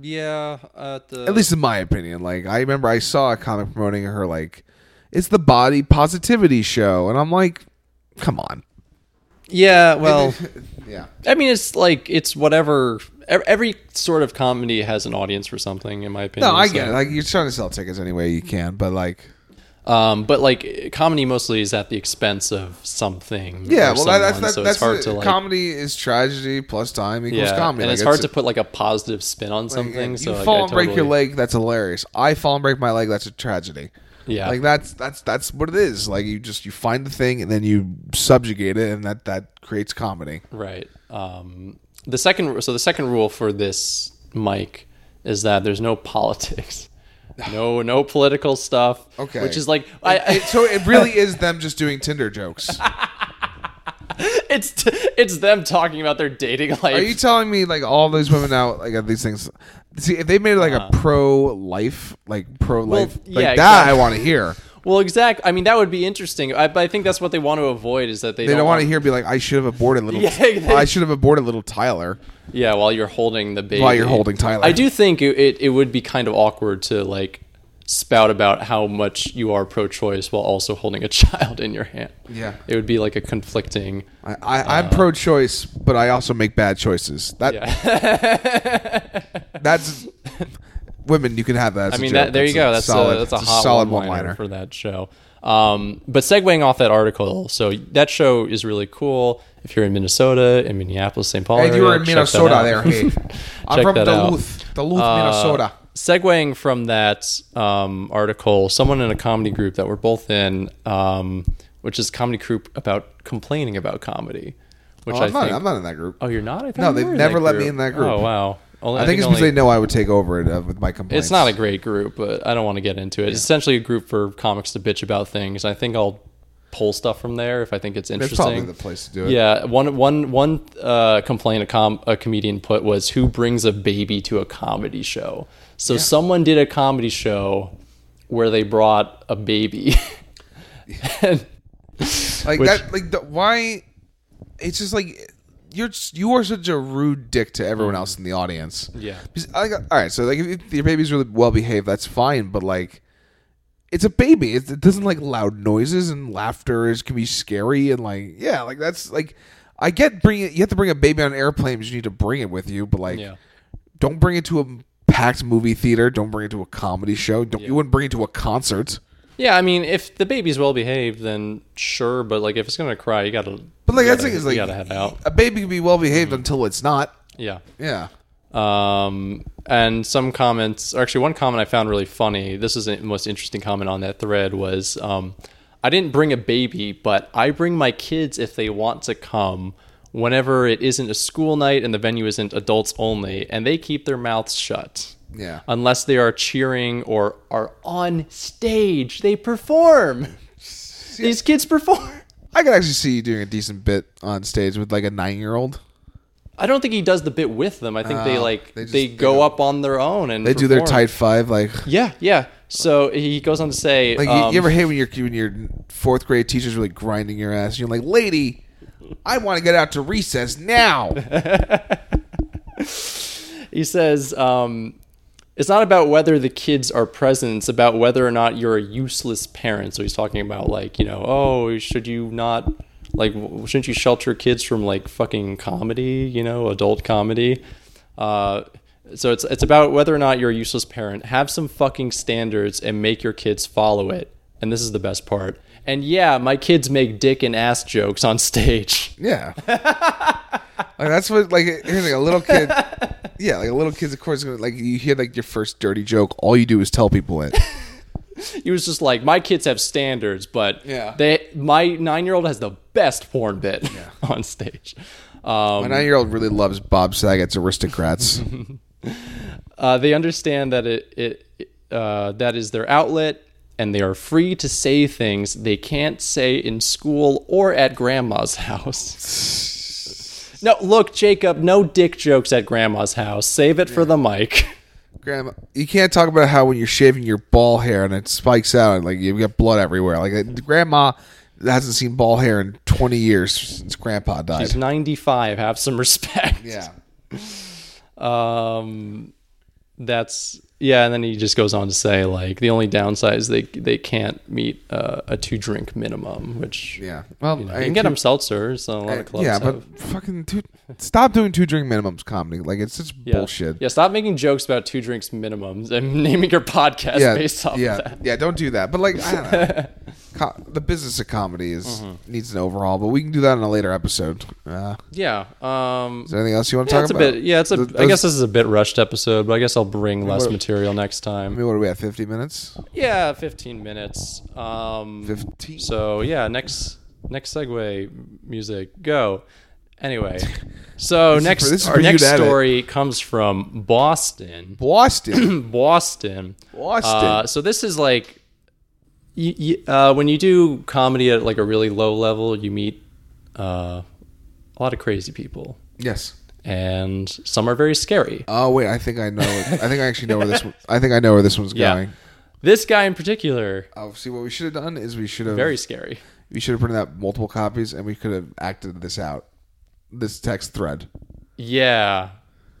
S1: Yeah, at the
S2: At least in my opinion, like I remember I saw a comic promoting her like it's the body positivity show, and I'm like, come on,
S1: yeah. Well,
S2: yeah.
S1: I mean, it's like it's whatever. ev- Every sort of comedy has an audience for something, in my opinion.
S2: No, I
S1: so-
S2: get it. Like you're trying to sell tickets any way you can, but like,
S1: Um, but like comedy mostly is at the expense of something.
S2: yeah,
S1: or
S2: well, that, that's
S1: someone,
S2: that,
S1: so
S2: that's
S1: it's hard
S2: it.
S1: to like.
S2: comedy is tragedy plus time equals
S1: yeah,
S2: comedy.
S1: and
S2: Like,
S1: it's hard to put like a positive spin on
S2: like,
S1: something.
S2: You
S1: so like,
S2: fall
S1: I
S2: and break your
S1: totally-
S2: leg, that's hilarious. I fall and break my leg, that's a tragedy.
S1: Yeah.
S2: like that's that's that's what it is. Like you just you find the thing and then you subjugate it, and that that creates comedy.
S1: Right. Um, the second so the second rule for this mic is that there's no politics. No, no political stuff.
S2: Okay.
S1: which is like I, I
S2: It- so it really is them just doing Tinder jokes.
S1: it's t- it's them talking about their dating life.
S2: Are you telling me like all those women out like at these things? See, if they made like a pro life, like pro life, like
S1: Uh-huh. yeah,
S2: that,
S1: exactly.
S2: I want to hear.
S1: Well, exactly. I mean, that would be interesting. I, but I think that's what they want to avoid is that they,
S2: They don't want to hear be like, I should have aborted little.
S1: Yeah, they-
S2: I should have aborted little Tyler.
S1: Yeah, while you're holding the baby.
S2: While you're holding Tyler.
S1: I do think it, it, it would be kind of awkward to like spout about how much you are pro-choice while also holding a child in your hand.
S2: Yeah.
S1: It would be like a conflicting.
S2: I, I, I'm pro-choice, but I also make bad choices. That
S1: Uh. Yeah.
S2: that's women. You can have that. As
S1: I mean,
S2: a
S1: that,
S2: joke.
S1: there you go. That's
S2: solid,
S1: a, that's a
S2: it's
S1: hot
S2: solid
S1: one-liner
S2: one-liner.
S1: for that show. Um, but segueing off that article, so that show is really cool. If you're in Minnesota, in Minneapolis, St. Paul,
S2: Hey, you were
S1: area, check
S2: in
S1: that
S2: Minnesota
S1: out.
S2: there. Hey, I'm
S1: Check
S2: from
S1: that out.
S2: Duluth, Duluth,
S1: Uh,
S2: Minnesota.
S1: Segueing from that um, article, someone in a comedy group that we're both in, um, which is comedy group about complaining about comedy, which
S2: Oh,
S1: I
S2: I'm, not,
S1: think.
S2: I'm not in that group.
S1: oh, you're not. I thought
S2: No,
S1: you
S2: they've
S1: were in
S2: never
S1: that
S2: let me in that group.
S1: Oh wow. Only-
S2: I think it's
S1: only-
S2: because they know I would take over it uh, with my complaints.
S1: it's not a great group, but I don't want to get into it. It's essentially a group for comics to bitch about things. I think I'll pull stuff from there if I think it's
S2: That's
S1: interesting.
S2: probably the place to do it.
S1: Yeah, one one one uh, complaint a, com- a comedian put was who brings a baby to a comedy show. So someone did a comedy show where they brought a baby. and
S2: like
S1: Which-
S2: that. Like the, why? It's just like you're just- you are such a rude dick to
S1: Mm.
S2: everyone else in the audience.
S1: Yeah.
S2: Because, Like, all right. So like, if, if your baby's really well behaved, that's fine. But like, it's a baby. It, it doesn't like loud noises and laughter. Is can be scary and like yeah. Like that's like I get bring it. You have to bring a baby on an airplane. Because you need to bring it with you. But like,
S1: Yeah.
S2: don't bring it to a packed movie theater. Don't bring it to a comedy show. Don't you wouldn't bring it to a concert.
S1: yeah, I mean, if the baby's well behaved, then sure. But like, if it's gonna cry, you gotta.
S2: But like
S1: you gotta,
S2: that's the thing is
S1: you
S2: like
S1: gotta head out. Mm-hmm.
S2: A baby can be well behaved until it's not.
S1: Yeah.
S2: Yeah.
S1: Um, and some comments, or actually, one comment I found really funny. This is the most interesting comment on that thread was, um, I didn't bring a baby, but I bring my kids if they want to come. Whenever it isn't a school night and the venue isn't adults only, and they keep their mouths shut.
S2: Yeah.
S1: Unless they are cheering or are on stage, they perform. These kids perform.
S2: I could actually see you doing a decent bit on stage with like a nine year old.
S1: I don't think he does the bit with them. I think they like
S2: Uh, they
S1: they,
S2: just- they
S1: go
S2: go-
S1: up on their own and
S2: They do their
S1: perform.
S2: tight five. Like,
S1: Yeah, yeah. So he goes on to say,
S2: like you,
S1: um,
S2: you ever hate when your when your fourth grade teacher's really grinding your ass? And you're like, lady, I want to get out to recess now.
S1: he says, um, it's not about whether the kids are present. It's about whether or not you're a useless parent. So he's talking about like, you know, oh, should you not like, w- shouldn't you shelter kids from like fucking comedy, you know, adult comedy? Uh, so it's it's about whether or not you're a useless parent. Have some fucking standards and make your kids follow it. And this is the best part. And yeah, my kids make dick and ass jokes on stage.
S2: Yeah. like that's what like here's like a little kid. Yeah, like a little kid's of course gonna like you hear like your first dirty joke. All you do is tell people it.
S1: he was just like, my kids have standards, but
S2: Yeah.
S1: they my nine year old has the best porn bit on stage.
S2: My
S1: Um,
S2: nine year old really loves Bob Saget's Aristocrats.
S1: uh, they understand that it, it it, uh, that is their outlet, and they are free to say things they can't say in school or at grandma's house. no, look, Jacob, no dick jokes at grandma's house. Save it for the mic.
S2: Grandma, you can't talk about how when you're shaving your ball hair and it spikes out, like you've got blood everywhere. Like uh, grandma hasn't seen ball hair in 20 years since grandpa died.
S1: He's ninety five. Have some respect.
S2: yeah.
S1: um that's yeah and then he just goes on to say like the only downside is they they can't meet uh, a two drink minimum which
S2: Yeah. Well,
S1: you, know,
S2: I-
S1: you can get them selters so a lot of clubs
S2: yeah,
S1: have-
S2: but fucking dude, stop doing two drink minimums comedy. Like it's just
S1: yeah.
S2: bullshit.
S1: yeah stop making jokes about two drinks minimums and naming your podcast
S2: yeah,
S1: based off
S2: yeah,
S1: of that
S2: yeah. Don't do that. But like, I don't know. Co- the business of comedy is
S1: Mm-hmm.
S2: needs an overhaul. But we can do that in a later episode. Uh,
S1: yeah um
S2: is there anything else you want to
S1: yeah, it's
S2: talk
S1: a
S2: about?
S1: bit yeah it's a
S2: Th-
S1: i
S2: those-
S1: guess this is a bit rushed episode but i guess i'll bring less
S2: what-
S1: material next
S2: I
S1: time
S2: mean, what are we at? Fifty minutes.
S1: yeah 15 minutes um
S2: Fifteen.
S1: So yeah, next next segue music go. Anyway, so
S2: is
S1: next
S2: for- this is
S1: our
S2: for you
S1: next
S2: to edit.
S1: story comes from Boston.
S2: Boston.
S1: Boston.
S2: Boston.
S1: Uh, so this is like, you, you, uh, when you do comedy at like a really low level, you meet uh, a lot of crazy people,
S2: yes.
S1: and some are very scary.
S2: Oh wait, I think I know. I think I actually know where this. One, I think I know where this one's
S1: Yeah.
S2: going.
S1: This guy in particular,
S2: Oh, see, what we should have done is we should have
S1: very scary.
S2: we should have printed out multiple copies, and we could have acted this out, this text thread.
S1: Yeah,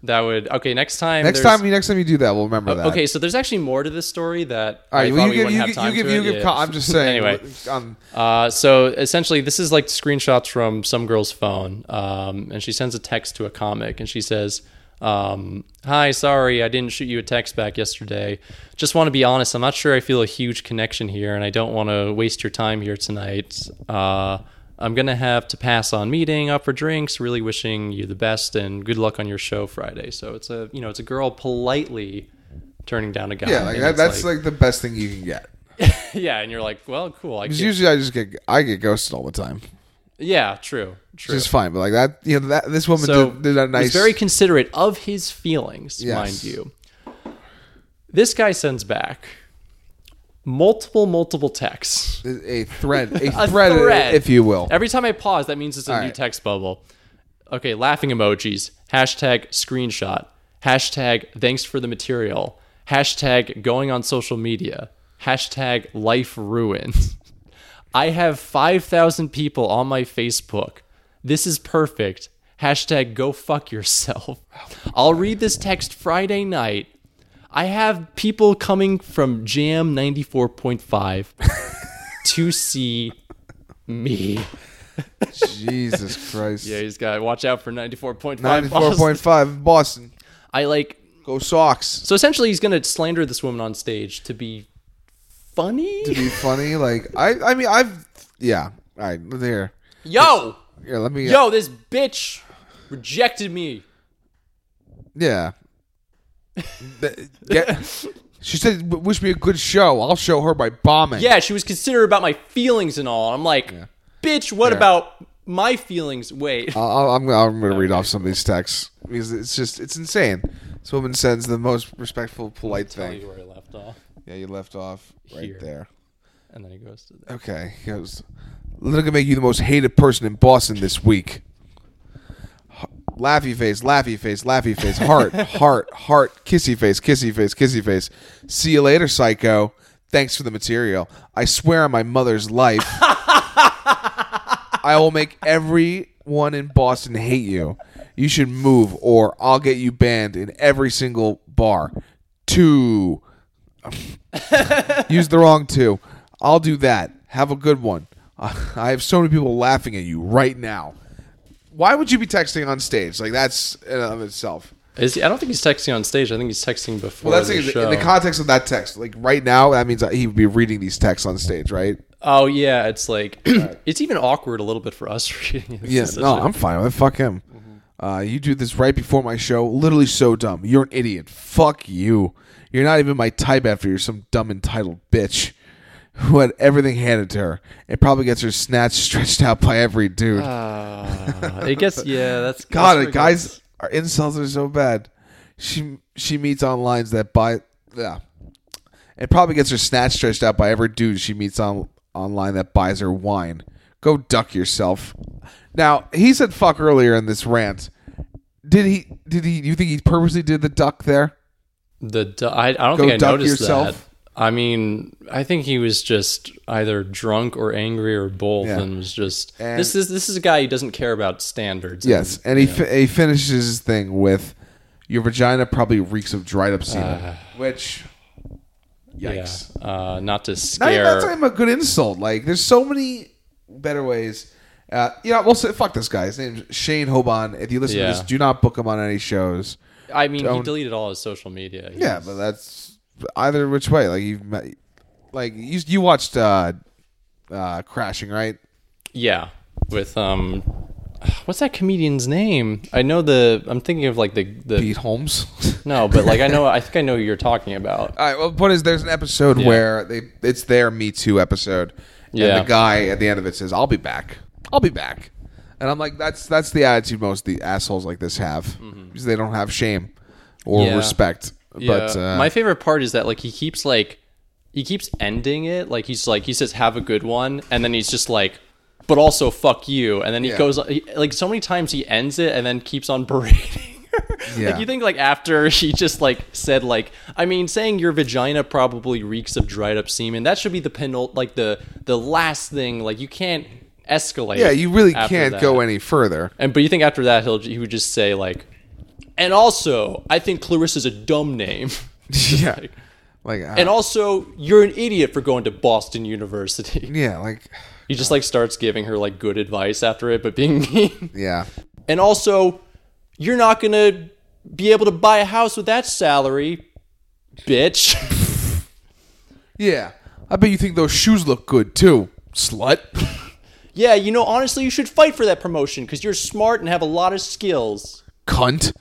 S1: that would okay. Next time,
S2: Next
S1: there's-
S2: time, next time you do that, we'll remember that.
S1: Uh, Okay, so there's actually more to this story that
S2: All
S1: I
S2: right.
S1: thought
S2: Well, you
S1: we
S2: give
S1: wouldn't
S2: you,
S1: have
S2: give-
S1: time
S2: you give
S1: to
S2: you
S1: it.
S2: give.
S1: Yeah.
S2: co- I'm just saying.
S1: anyway,
S2: um,
S1: uh, so essentially, this is like screenshots from some girl's phone, um, and she sends a text to a comic, and she says, um, "Hi, sorry, I didn't shoot you a text back yesterday. Just want to be honest. I'm not sure I feel a huge connection here, and I don't want to waste your time here tonight. Uh, I'm gonna have to pass on meeting up for drinks. Really wishing you the best and good luck on your show Friday. So it's a you know it's a girl politely turning down a guy.
S2: yeah, like
S1: and
S2: that,
S1: it's
S2: that's like, the best thing you can get.
S1: yeah, and you're like, well, cool. I
S2: 'Cause
S1: get-
S2: usually I just get I get ghosted all the time,
S1: yeah, true, true.
S2: which is fine. But like that, you know, that this woman
S1: so
S2: did, did a nice.
S1: was very considerate of his feelings,
S2: Yes.
S1: mind you. This guy sends back multiple, multiple texts.
S2: a thread, a,
S1: A
S2: thread,
S1: thread.
S2: if you will.
S1: Every time I pause, that means it's a new
S2: right.
S1: text bubble. Okay, laughing emojis, hashtag screenshot, hashtag thanks for the material, hashtag going on social media, hashtag life ruined. I have 5,000 people on my Facebook. This is perfect. Hashtag go fuck yourself. I'll read this text Friday night. I have people coming from Jam 94.5 to see me.
S2: Jesus Christ.
S1: Yeah, he's got watch out for 94.5.
S2: Ninety-four
S1: Boston.
S2: point five, Boston.
S1: I like
S2: Go Sox.
S1: so essentially he's going to slander this woman on stage to be funny.
S2: Be funny, like I. I mean, I've. Yeah. All right. There.
S1: Yo.
S2: Here, let me. uh,
S1: Yo, this bitch rejected me.
S2: Yeah. Th- yeah. She said, "W- "Wish me a good show. I'll show her by bombing."
S1: Yeah, she was considerate about my feelings and all. I'm like, bitch, what about my feelings? Wait.
S2: I'll, I'll- I'm, I'm going to read off some of these texts because it's just it's insane. This woman sends the most respectful, polite
S1: Tell
S2: thing.
S1: you where I left off.
S2: Yeah, you left off right
S1: Here.
S2: there.
S1: And then he goes to that.
S2: Okay, he goes. Look at make you the most hated person in Boston this week. H- Laughy face, laughy face, laughy face, heart, heart, heart, kissy face, kissy face, kissy face. See you later, psycho. Thanks for the material. I swear on my mother's life, I will make everyone in Boston hate you. You should move, or I'll get you banned in every single bar. Two. Use the wrong two. I'll do that. Have a good one. I have so many people laughing at you right now. Why would you be texting on stage? Like that's in and of itself.
S1: Is he, I don't think he's texting on stage. I think he's texting before
S2: Well, that's
S1: the
S2: the, thing,
S1: show.
S2: in the context of that text. Like right now, that means that he would be reading these texts on stage, right?
S1: oh yeah, it's like it's even awkward a little bit for us reading. This
S2: Yeah.
S1: is such
S2: No,
S1: a-
S2: I'm fine with it. Fuck him. Uh, you do this right before my show. Literally so dumb. You're an idiot. Fuck you. You're not even my type after you're some dumb entitled bitch who had everything handed to her. It probably gets her snatched stretched out by every dude.
S1: Uh, I guess yeah. That's
S2: God,
S1: that's
S2: it, guys, our insults are so bad. She she meets on lines that buy yeah. It probably gets her snatch stretched out by every dude she meets on online that buys her wine. Go duck yourself. Now he said fuck earlier in this rant. Did he? Did he? You think he purposely did the duck there?
S1: The du- I, I don't
S2: Go
S1: think I
S2: duck
S1: noticed
S2: yourself.
S1: that. I mean, I think he was just either drunk or angry or both,
S2: Yeah.
S1: and was just
S2: And-
S1: this is this is a guy who doesn't care about standards.
S2: Yes, and he fi- he finishes his thing with, "Your vagina probably reeks of dried up semen," which.
S1: And- Ah. yeah.
S2: Yikes.
S1: Uh, not to
S2: Not even
S1: scare.
S2: that's not even a good insult. Like, there's so many better ways. Uh, yeah, well, say, fuck this guy. His name's Shane Hoban. If you listen
S1: Yeah.
S2: to this, do not book him on any shows.
S1: I mean, he
S2: don't-
S1: deleted all his social media. He-
S2: Yeah, but that's either which way. Like you, have like you, you watched uh, uh, Crashing, right?
S1: yeah. With um, what's that comedian's name? I know the. I'm thinking of like the the.
S2: Pete Holmes.
S1: No, but like I know. I think I know who you're talking about.
S2: All right. Well, the point is, there's an episode where they it's their Me Too episode,
S1: Yeah.
S2: and the guy at the end of it says, "I'll be back. I'll be back," and I'm like, "That's that's the attitude most of the assholes like this have because they don't have shame or
S1: Mm-hmm. Yeah.
S2: respect." But
S1: Yeah.
S2: uh,
S1: my favorite part is that like he keeps like he keeps ending it like he's like he says have a good one and then he's just like but also fuck you and then he
S2: Yeah.
S1: goes he, like so many times he ends it and then keeps on berating her
S2: Yeah.
S1: Like you think like after he just like said like I mean saying your vagina probably reeks of dried up semen that should be the penult like the the last thing like you can't escalate.
S2: Yeah, you really
S1: after
S2: can't
S1: that.
S2: go any further.
S1: And but you think after that he'll he would just say like, and also I think Clarissa's a dumb name.
S2: yeah. Like, uh, I-
S1: And also, you're an idiot for going to Boston University.
S2: yeah, like
S1: He just like starts giving her like good advice after it, but being mean.
S2: yeah.
S1: And also, you're not gonna be able to buy a house with that salary, bitch.
S2: Yeah. I bet you think those shoes look good too, slut.
S1: yeah, you know, honestly, you should fight for that promotion because you're smart and have a lot of skills.
S2: Cunt.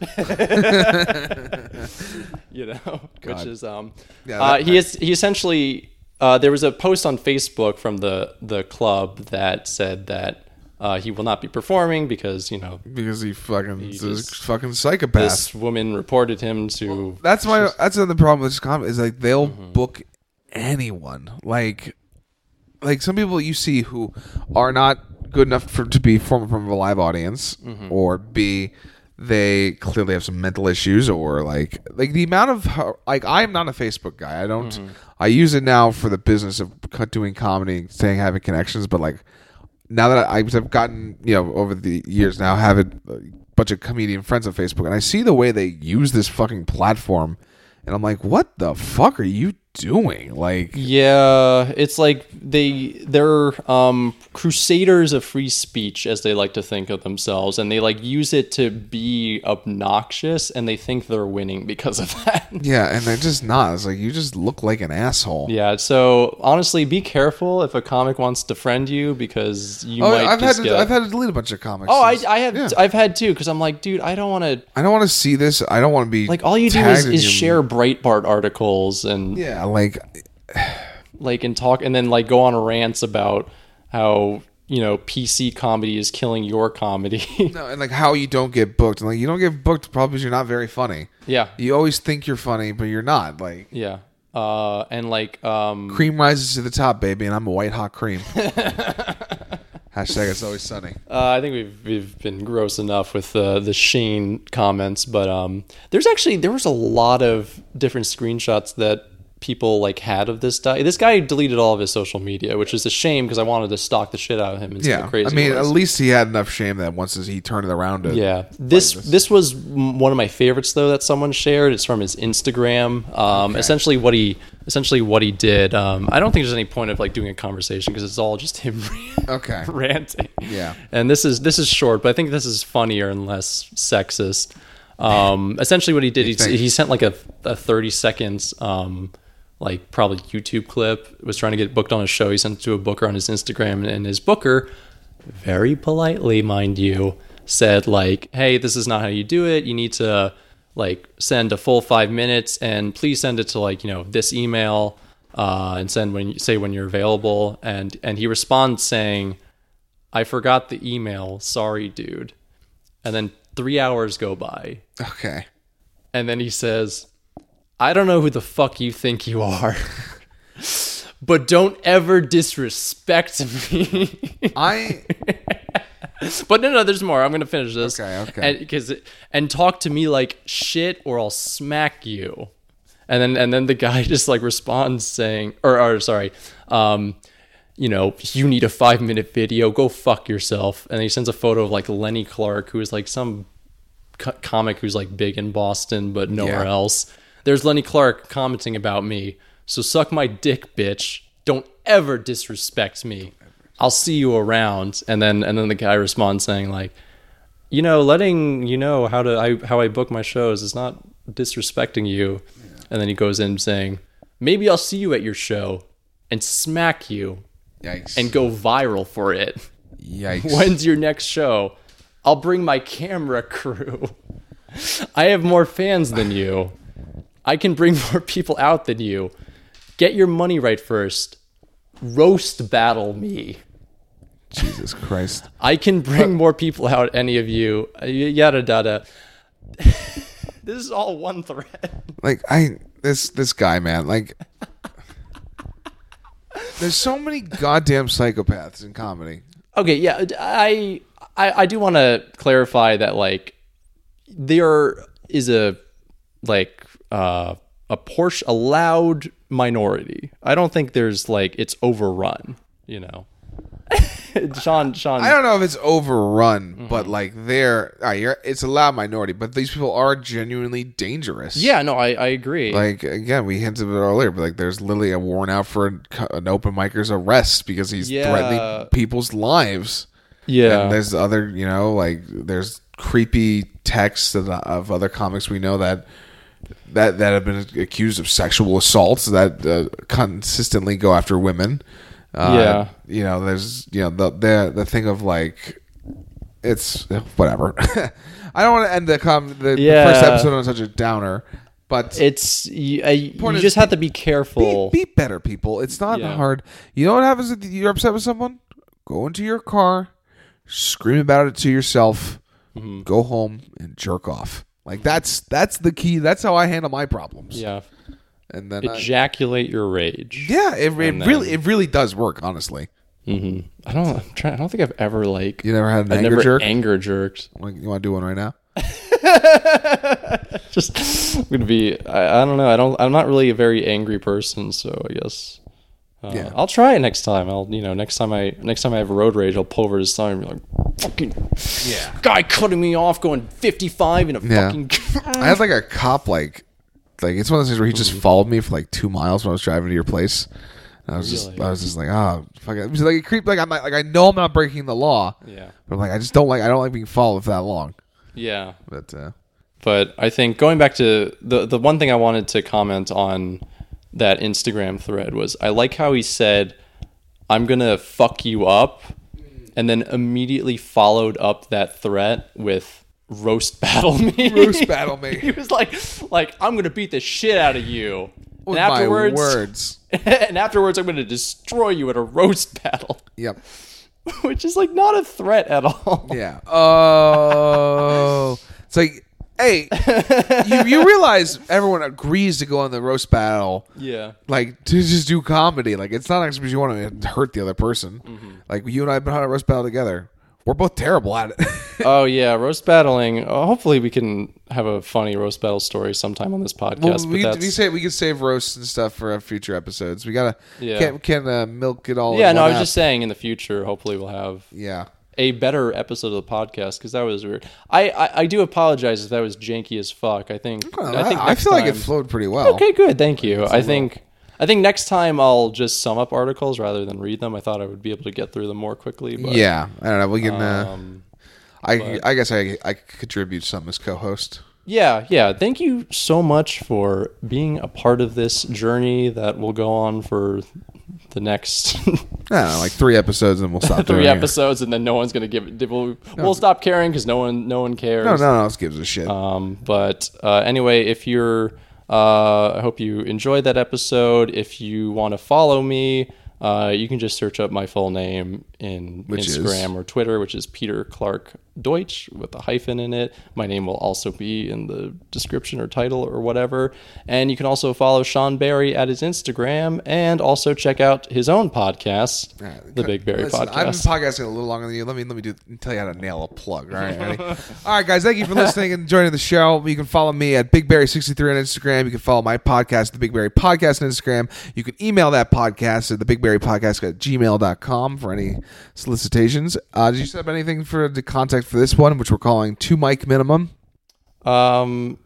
S1: You know, which is um,
S2: Yeah,
S1: uh,
S2: that-
S1: he is he essentially. Uh, there was a post on Facebook from the the club that said that uh, he will not be performing because you know
S2: Because he fucking he's a fucking psychopath.
S1: this woman reported him to
S2: that's my that's another problem with this comic is like they'll book anyone. Like like some people you see who are not good enough for to be formed from a live audience or B they clearly have some mental issues or like like the amount of har- like I am not a Facebook guy. I don't I use it now for the business of co- doing comedy and saying having connections but like now that I, I've gotten, you know, over the years now, have a bunch of comedian friends on Facebook, and I see the way they use this fucking platform, and I'm like, what the fuck are you doing? Like,
S1: yeah it's like they they're um crusaders of free speech as they like to think of themselves and they like use it to be obnoxious and they think they're winning because of that
S2: yeah, and they're just not. It's like you just look like an asshole.
S1: yeah so honestly be careful if a comic wants to friend you because you
S2: Oh,
S1: might
S2: I've had
S1: just
S2: to,
S1: get
S2: I've had to delete a bunch of comics.
S1: oh i
S2: since-
S1: i have
S2: Yeah.
S1: i've had too because i'm like dude i don't want to
S2: I don't want to see this. I don't want to be
S1: like all you do is,
S2: tagged in
S1: is
S2: your-
S1: share breitbart articles and
S2: Yeah, like
S1: like and talk and then like go on rants about how you know PC comedy is killing your comedy.
S2: no, and like how you don't get booked, and like you don't get booked probably because you're not very funny.
S1: yeah,
S2: You always think you're funny, but you're not. Like
S1: yeah, uh, and like um,
S2: cream rises to the top, baby, and I'm a white hot cream. Hashtag it's always sunny.
S1: uh, I think we've we've been gross enough with the the Sheen comments, but um, there's actually there was a lot of different screenshots that people like had of this guy. This guy deleted all of his social media, which is a shame because I wanted to stalk the shit out of him. And see
S2: Yeah,
S1: the crazy
S2: I mean,
S1: ones.
S2: at least he had enough shame that once he turned it around, to,
S1: Yeah, this this was m- one of my favorites though that someone shared. It's from his Instagram. Um, Essentially, what he essentially what he did. Um, I don't think there's any point of like doing a conversation because it's all just him
S2: Okay.
S1: ranting.
S2: Yeah.
S1: and this is this is short, but I think this is funnier and less sexist. Um, essentially, what he did, he,
S2: think?
S1: he sent like a, a 30 seconds, um, like probably YouTube clip. Was trying to get booked on a show. He sent it to a booker on his Instagram, and his booker, very politely, mind you, said like, "Hey, this is not how you do it. You need to like send a full five minutes, and please send it to like you know this email." Uh, and send when say when you're available, and and he responds saying, I forgot the email. Sorry, dude. And then three hours go by.
S2: Okay.
S1: And then he says, I don't know who the fuck you think you are, but don't ever disrespect me.
S2: I
S1: but no, no, there's more. I'm going to finish this.
S2: Okay, okay.
S1: And, 'cause it- and talk to me like shit or I'll smack you. And then, and then the guy just like responds saying, or, or sorry, um, you know, you need a five minute video. Go fuck yourself. And he sends a photo of like Lenny Clark, who is like some co- comic who's like big in Boston but nowhere
S2: Yeah.
S1: else. There's Lenny Clark commenting about me. So suck my dick, bitch. Don't ever disrespect me. I'll see you around. And then and then the guy responds saying like, you know, letting you know how to I how I book my shows is not disrespecting you. And then he goes in saying, maybe I'll see you at your show and smack you
S2: yikes
S1: and go viral for it.
S2: yikes.
S1: When's your next show? I'll bring my camera crew. I have more fans than you. I can bring more people out than you. Get your money right first. Roast battle me.
S2: Jesus Christ.
S1: I can bring more people out any of you. Y- Yada yada. this is all one thread.
S2: Like I this this guy man like. There's so many goddamn psychopaths in comedy.
S1: Okay, yeah, I I, I do want to clarify that like there is a like uh, a Porsche allowed minority. I don't think there's like it's overrun. You know, Sean Sean
S2: I don't know if it's overrun,
S1: Mm-hmm.
S2: but like they're all right, you're, it's a loud minority, but these people are genuinely dangerous.
S1: Yeah, no, I, I agree.
S2: Like again, we hinted at it earlier, but like there's literally a warrant out for an, an open micer's arrest because he's
S1: Yeah.
S2: threatening people's lives.
S1: yeah,
S2: And there's other, you know, like there's creepy texts of, of other comics we know that that that have been accused of sexual assaults that uh, consistently go after women. Uh,
S1: Yeah.
S2: you know, there's you know the the the thing of like it's whatever. I don't want to end the com the,
S1: Yeah.
S2: the first episode on such a downer, but
S1: it's you, I, you
S2: Point is
S1: just have to be
S2: be,
S1: careful.
S2: be better people. It's not
S1: Yeah.
S2: hard. You know what happens if you're upset with someone? Go into your car, scream about it to yourself,
S1: Mm-hmm.
S2: go home and jerk off. Like that's that's the key. That's how I handle my problems.
S1: yeah,
S2: And then I-
S1: ejaculate your rage.
S2: yeah, it, it really it really does work. Honestly,
S1: hmm I don't. I'm trying, I don't think I've ever like
S2: you never had an
S1: I
S2: anger
S1: never
S2: jerk.
S1: anger jerked.
S2: Like, you want to do one right now?
S1: Just I'm gonna be. I, I don't know. I don't. I'm not really a very angry person, so I guess. Uh,
S2: Yeah.
S1: I'll try it next time. I'll you know next time I next time I have a road rage, I'll pull over to the sign and be like, fucking yeah. guy cutting me off going 55 in a
S2: Yeah.
S1: fucking.
S2: I had like a cop like like it's one of those things where he
S1: Mm-hmm.
S2: just followed me for like two miles when I was driving to your place. And I was just
S1: Really?
S2: I was just like ah fuck it. It was like it creeped like I'm not, like I know I'm not breaking the law.
S1: yeah.
S2: But I'm like I just don't like I don't like being followed for that long.
S1: Yeah.
S2: But uh,
S1: But I think going back to the the one thing I wanted to comment on that Instagram thread was I like how he said, "I'm gonna fuck you up," and then immediately followed up that threat with roast battle me.
S2: Roast battle me.
S1: he was like, "Like I'm gonna beat the shit out of you."
S2: with
S1: and afterwards,
S2: my words.
S1: and afterwards, I'm gonna destroy you at a roast battle,
S2: Yep.
S1: which is like not a threat at all.
S2: Yeah. Oh. it's like hey, you, you realize everyone agrees to go on the roast battle.
S1: Yeah.
S2: like to just do comedy. Like it's not actually because you want to hurt the other person.
S1: Mm-hmm.
S2: Like you and I have been on a roast battle together. We're both terrible at it.
S1: Oh yeah, roast battling. Uh, hopefully, we can have a funny roast battle story sometime on this podcast.
S2: well,
S1: but
S2: we,
S1: that's-
S2: we say we can save roasts and stuff for uh, future episodes. We gotta
S1: Yeah.
S2: can't can uh, milk it all.
S1: yeah,
S2: in
S1: no, I
S2: one
S1: was
S2: app.
S1: just saying in the future, hopefully, we'll have
S2: yeah.
S1: a better episode of the podcast because that was weird. I, I I do apologize if that was janky as fuck. I think I think
S2: I
S1: next
S2: feel like it
S1: time-
S2: flowed pretty well.
S1: Okay, good. Thank you. I think I think next time I'll just sum up articles rather than read them. I thought I would be able to get through them more quickly. But,
S2: Yeah, I don't know. We can. Uh,
S1: Um,
S2: I I guess I I could contribute some as co-host.
S1: Yeah, yeah. Thank you so much for being a part of this journey that will go on for the next
S2: I don't know, like three episodes and we'll stop
S1: three
S2: doing it.
S1: episodes, and then no one's gonna give it. We'll, we'll stop caring because no one, no one cares.
S2: No, no one else gives a shit.
S1: Um, but uh, anyway, if you're, uh, I hope you enjoyed that episode. If you want to follow me, uh, you can just search up my full name in
S2: Which is?
S1: Instagram or Twitter, which is Peter Clark Deutsch with a hyphen in it. My name will also be in the description or title or whatever. And you can also follow Sean Barry at his Instagram and also check out his own podcast, The Big Barry
S2: Listen,
S1: Podcast.
S2: I've been podcasting a little longer than you. Let me let me do tell you how to nail a plug. All right, ready? all right, guys. Thank you for listening and joining the show. You can follow me at Big Barry sixty three on Instagram. You can follow my podcast, the Big Barry Podcast, on Instagram. You can email that podcast at the Big Barry Podcast at gmail.com for any solicitations. Uh, did you set up anything for the contact for this one, which we're calling two mic minimum?
S1: Um,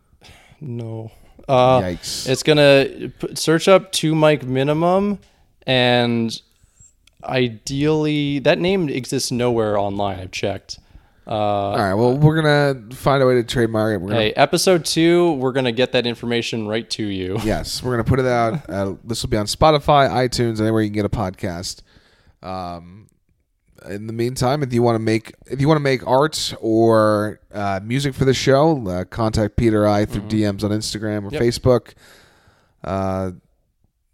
S1: no. Uh,
S2: Yikes.
S1: It's gonna p- search up two mic minimum, and ideally that name exists nowhere online. I've checked. Uh,
S2: All right. Well, we're gonna find a way to trademark it. We're gonna
S1: hey, episode two, we're gonna get that information right to you.
S2: Yes, we're gonna put it out. Uh, this will be on Spotify, iTunes, anywhere you can get a podcast. Um, in the meantime, if you want to make if you want to make art or uh, music for the show, uh, contact Peter I through DMs on Instagram or
S1: Mm-hmm. Yep.
S2: Facebook. Uh,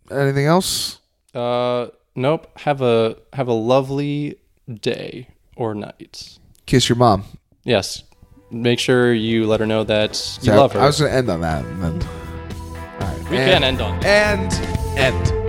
S2: anything else?
S1: Uh, nope. Have a have a lovely day or night.
S2: Kiss your mom.
S1: Yes. Make sure you let her know that you
S2: So I-
S1: love her.
S2: I was gonna end on that. And then, all right.
S1: we
S2: and,
S1: can end on.
S2: and end.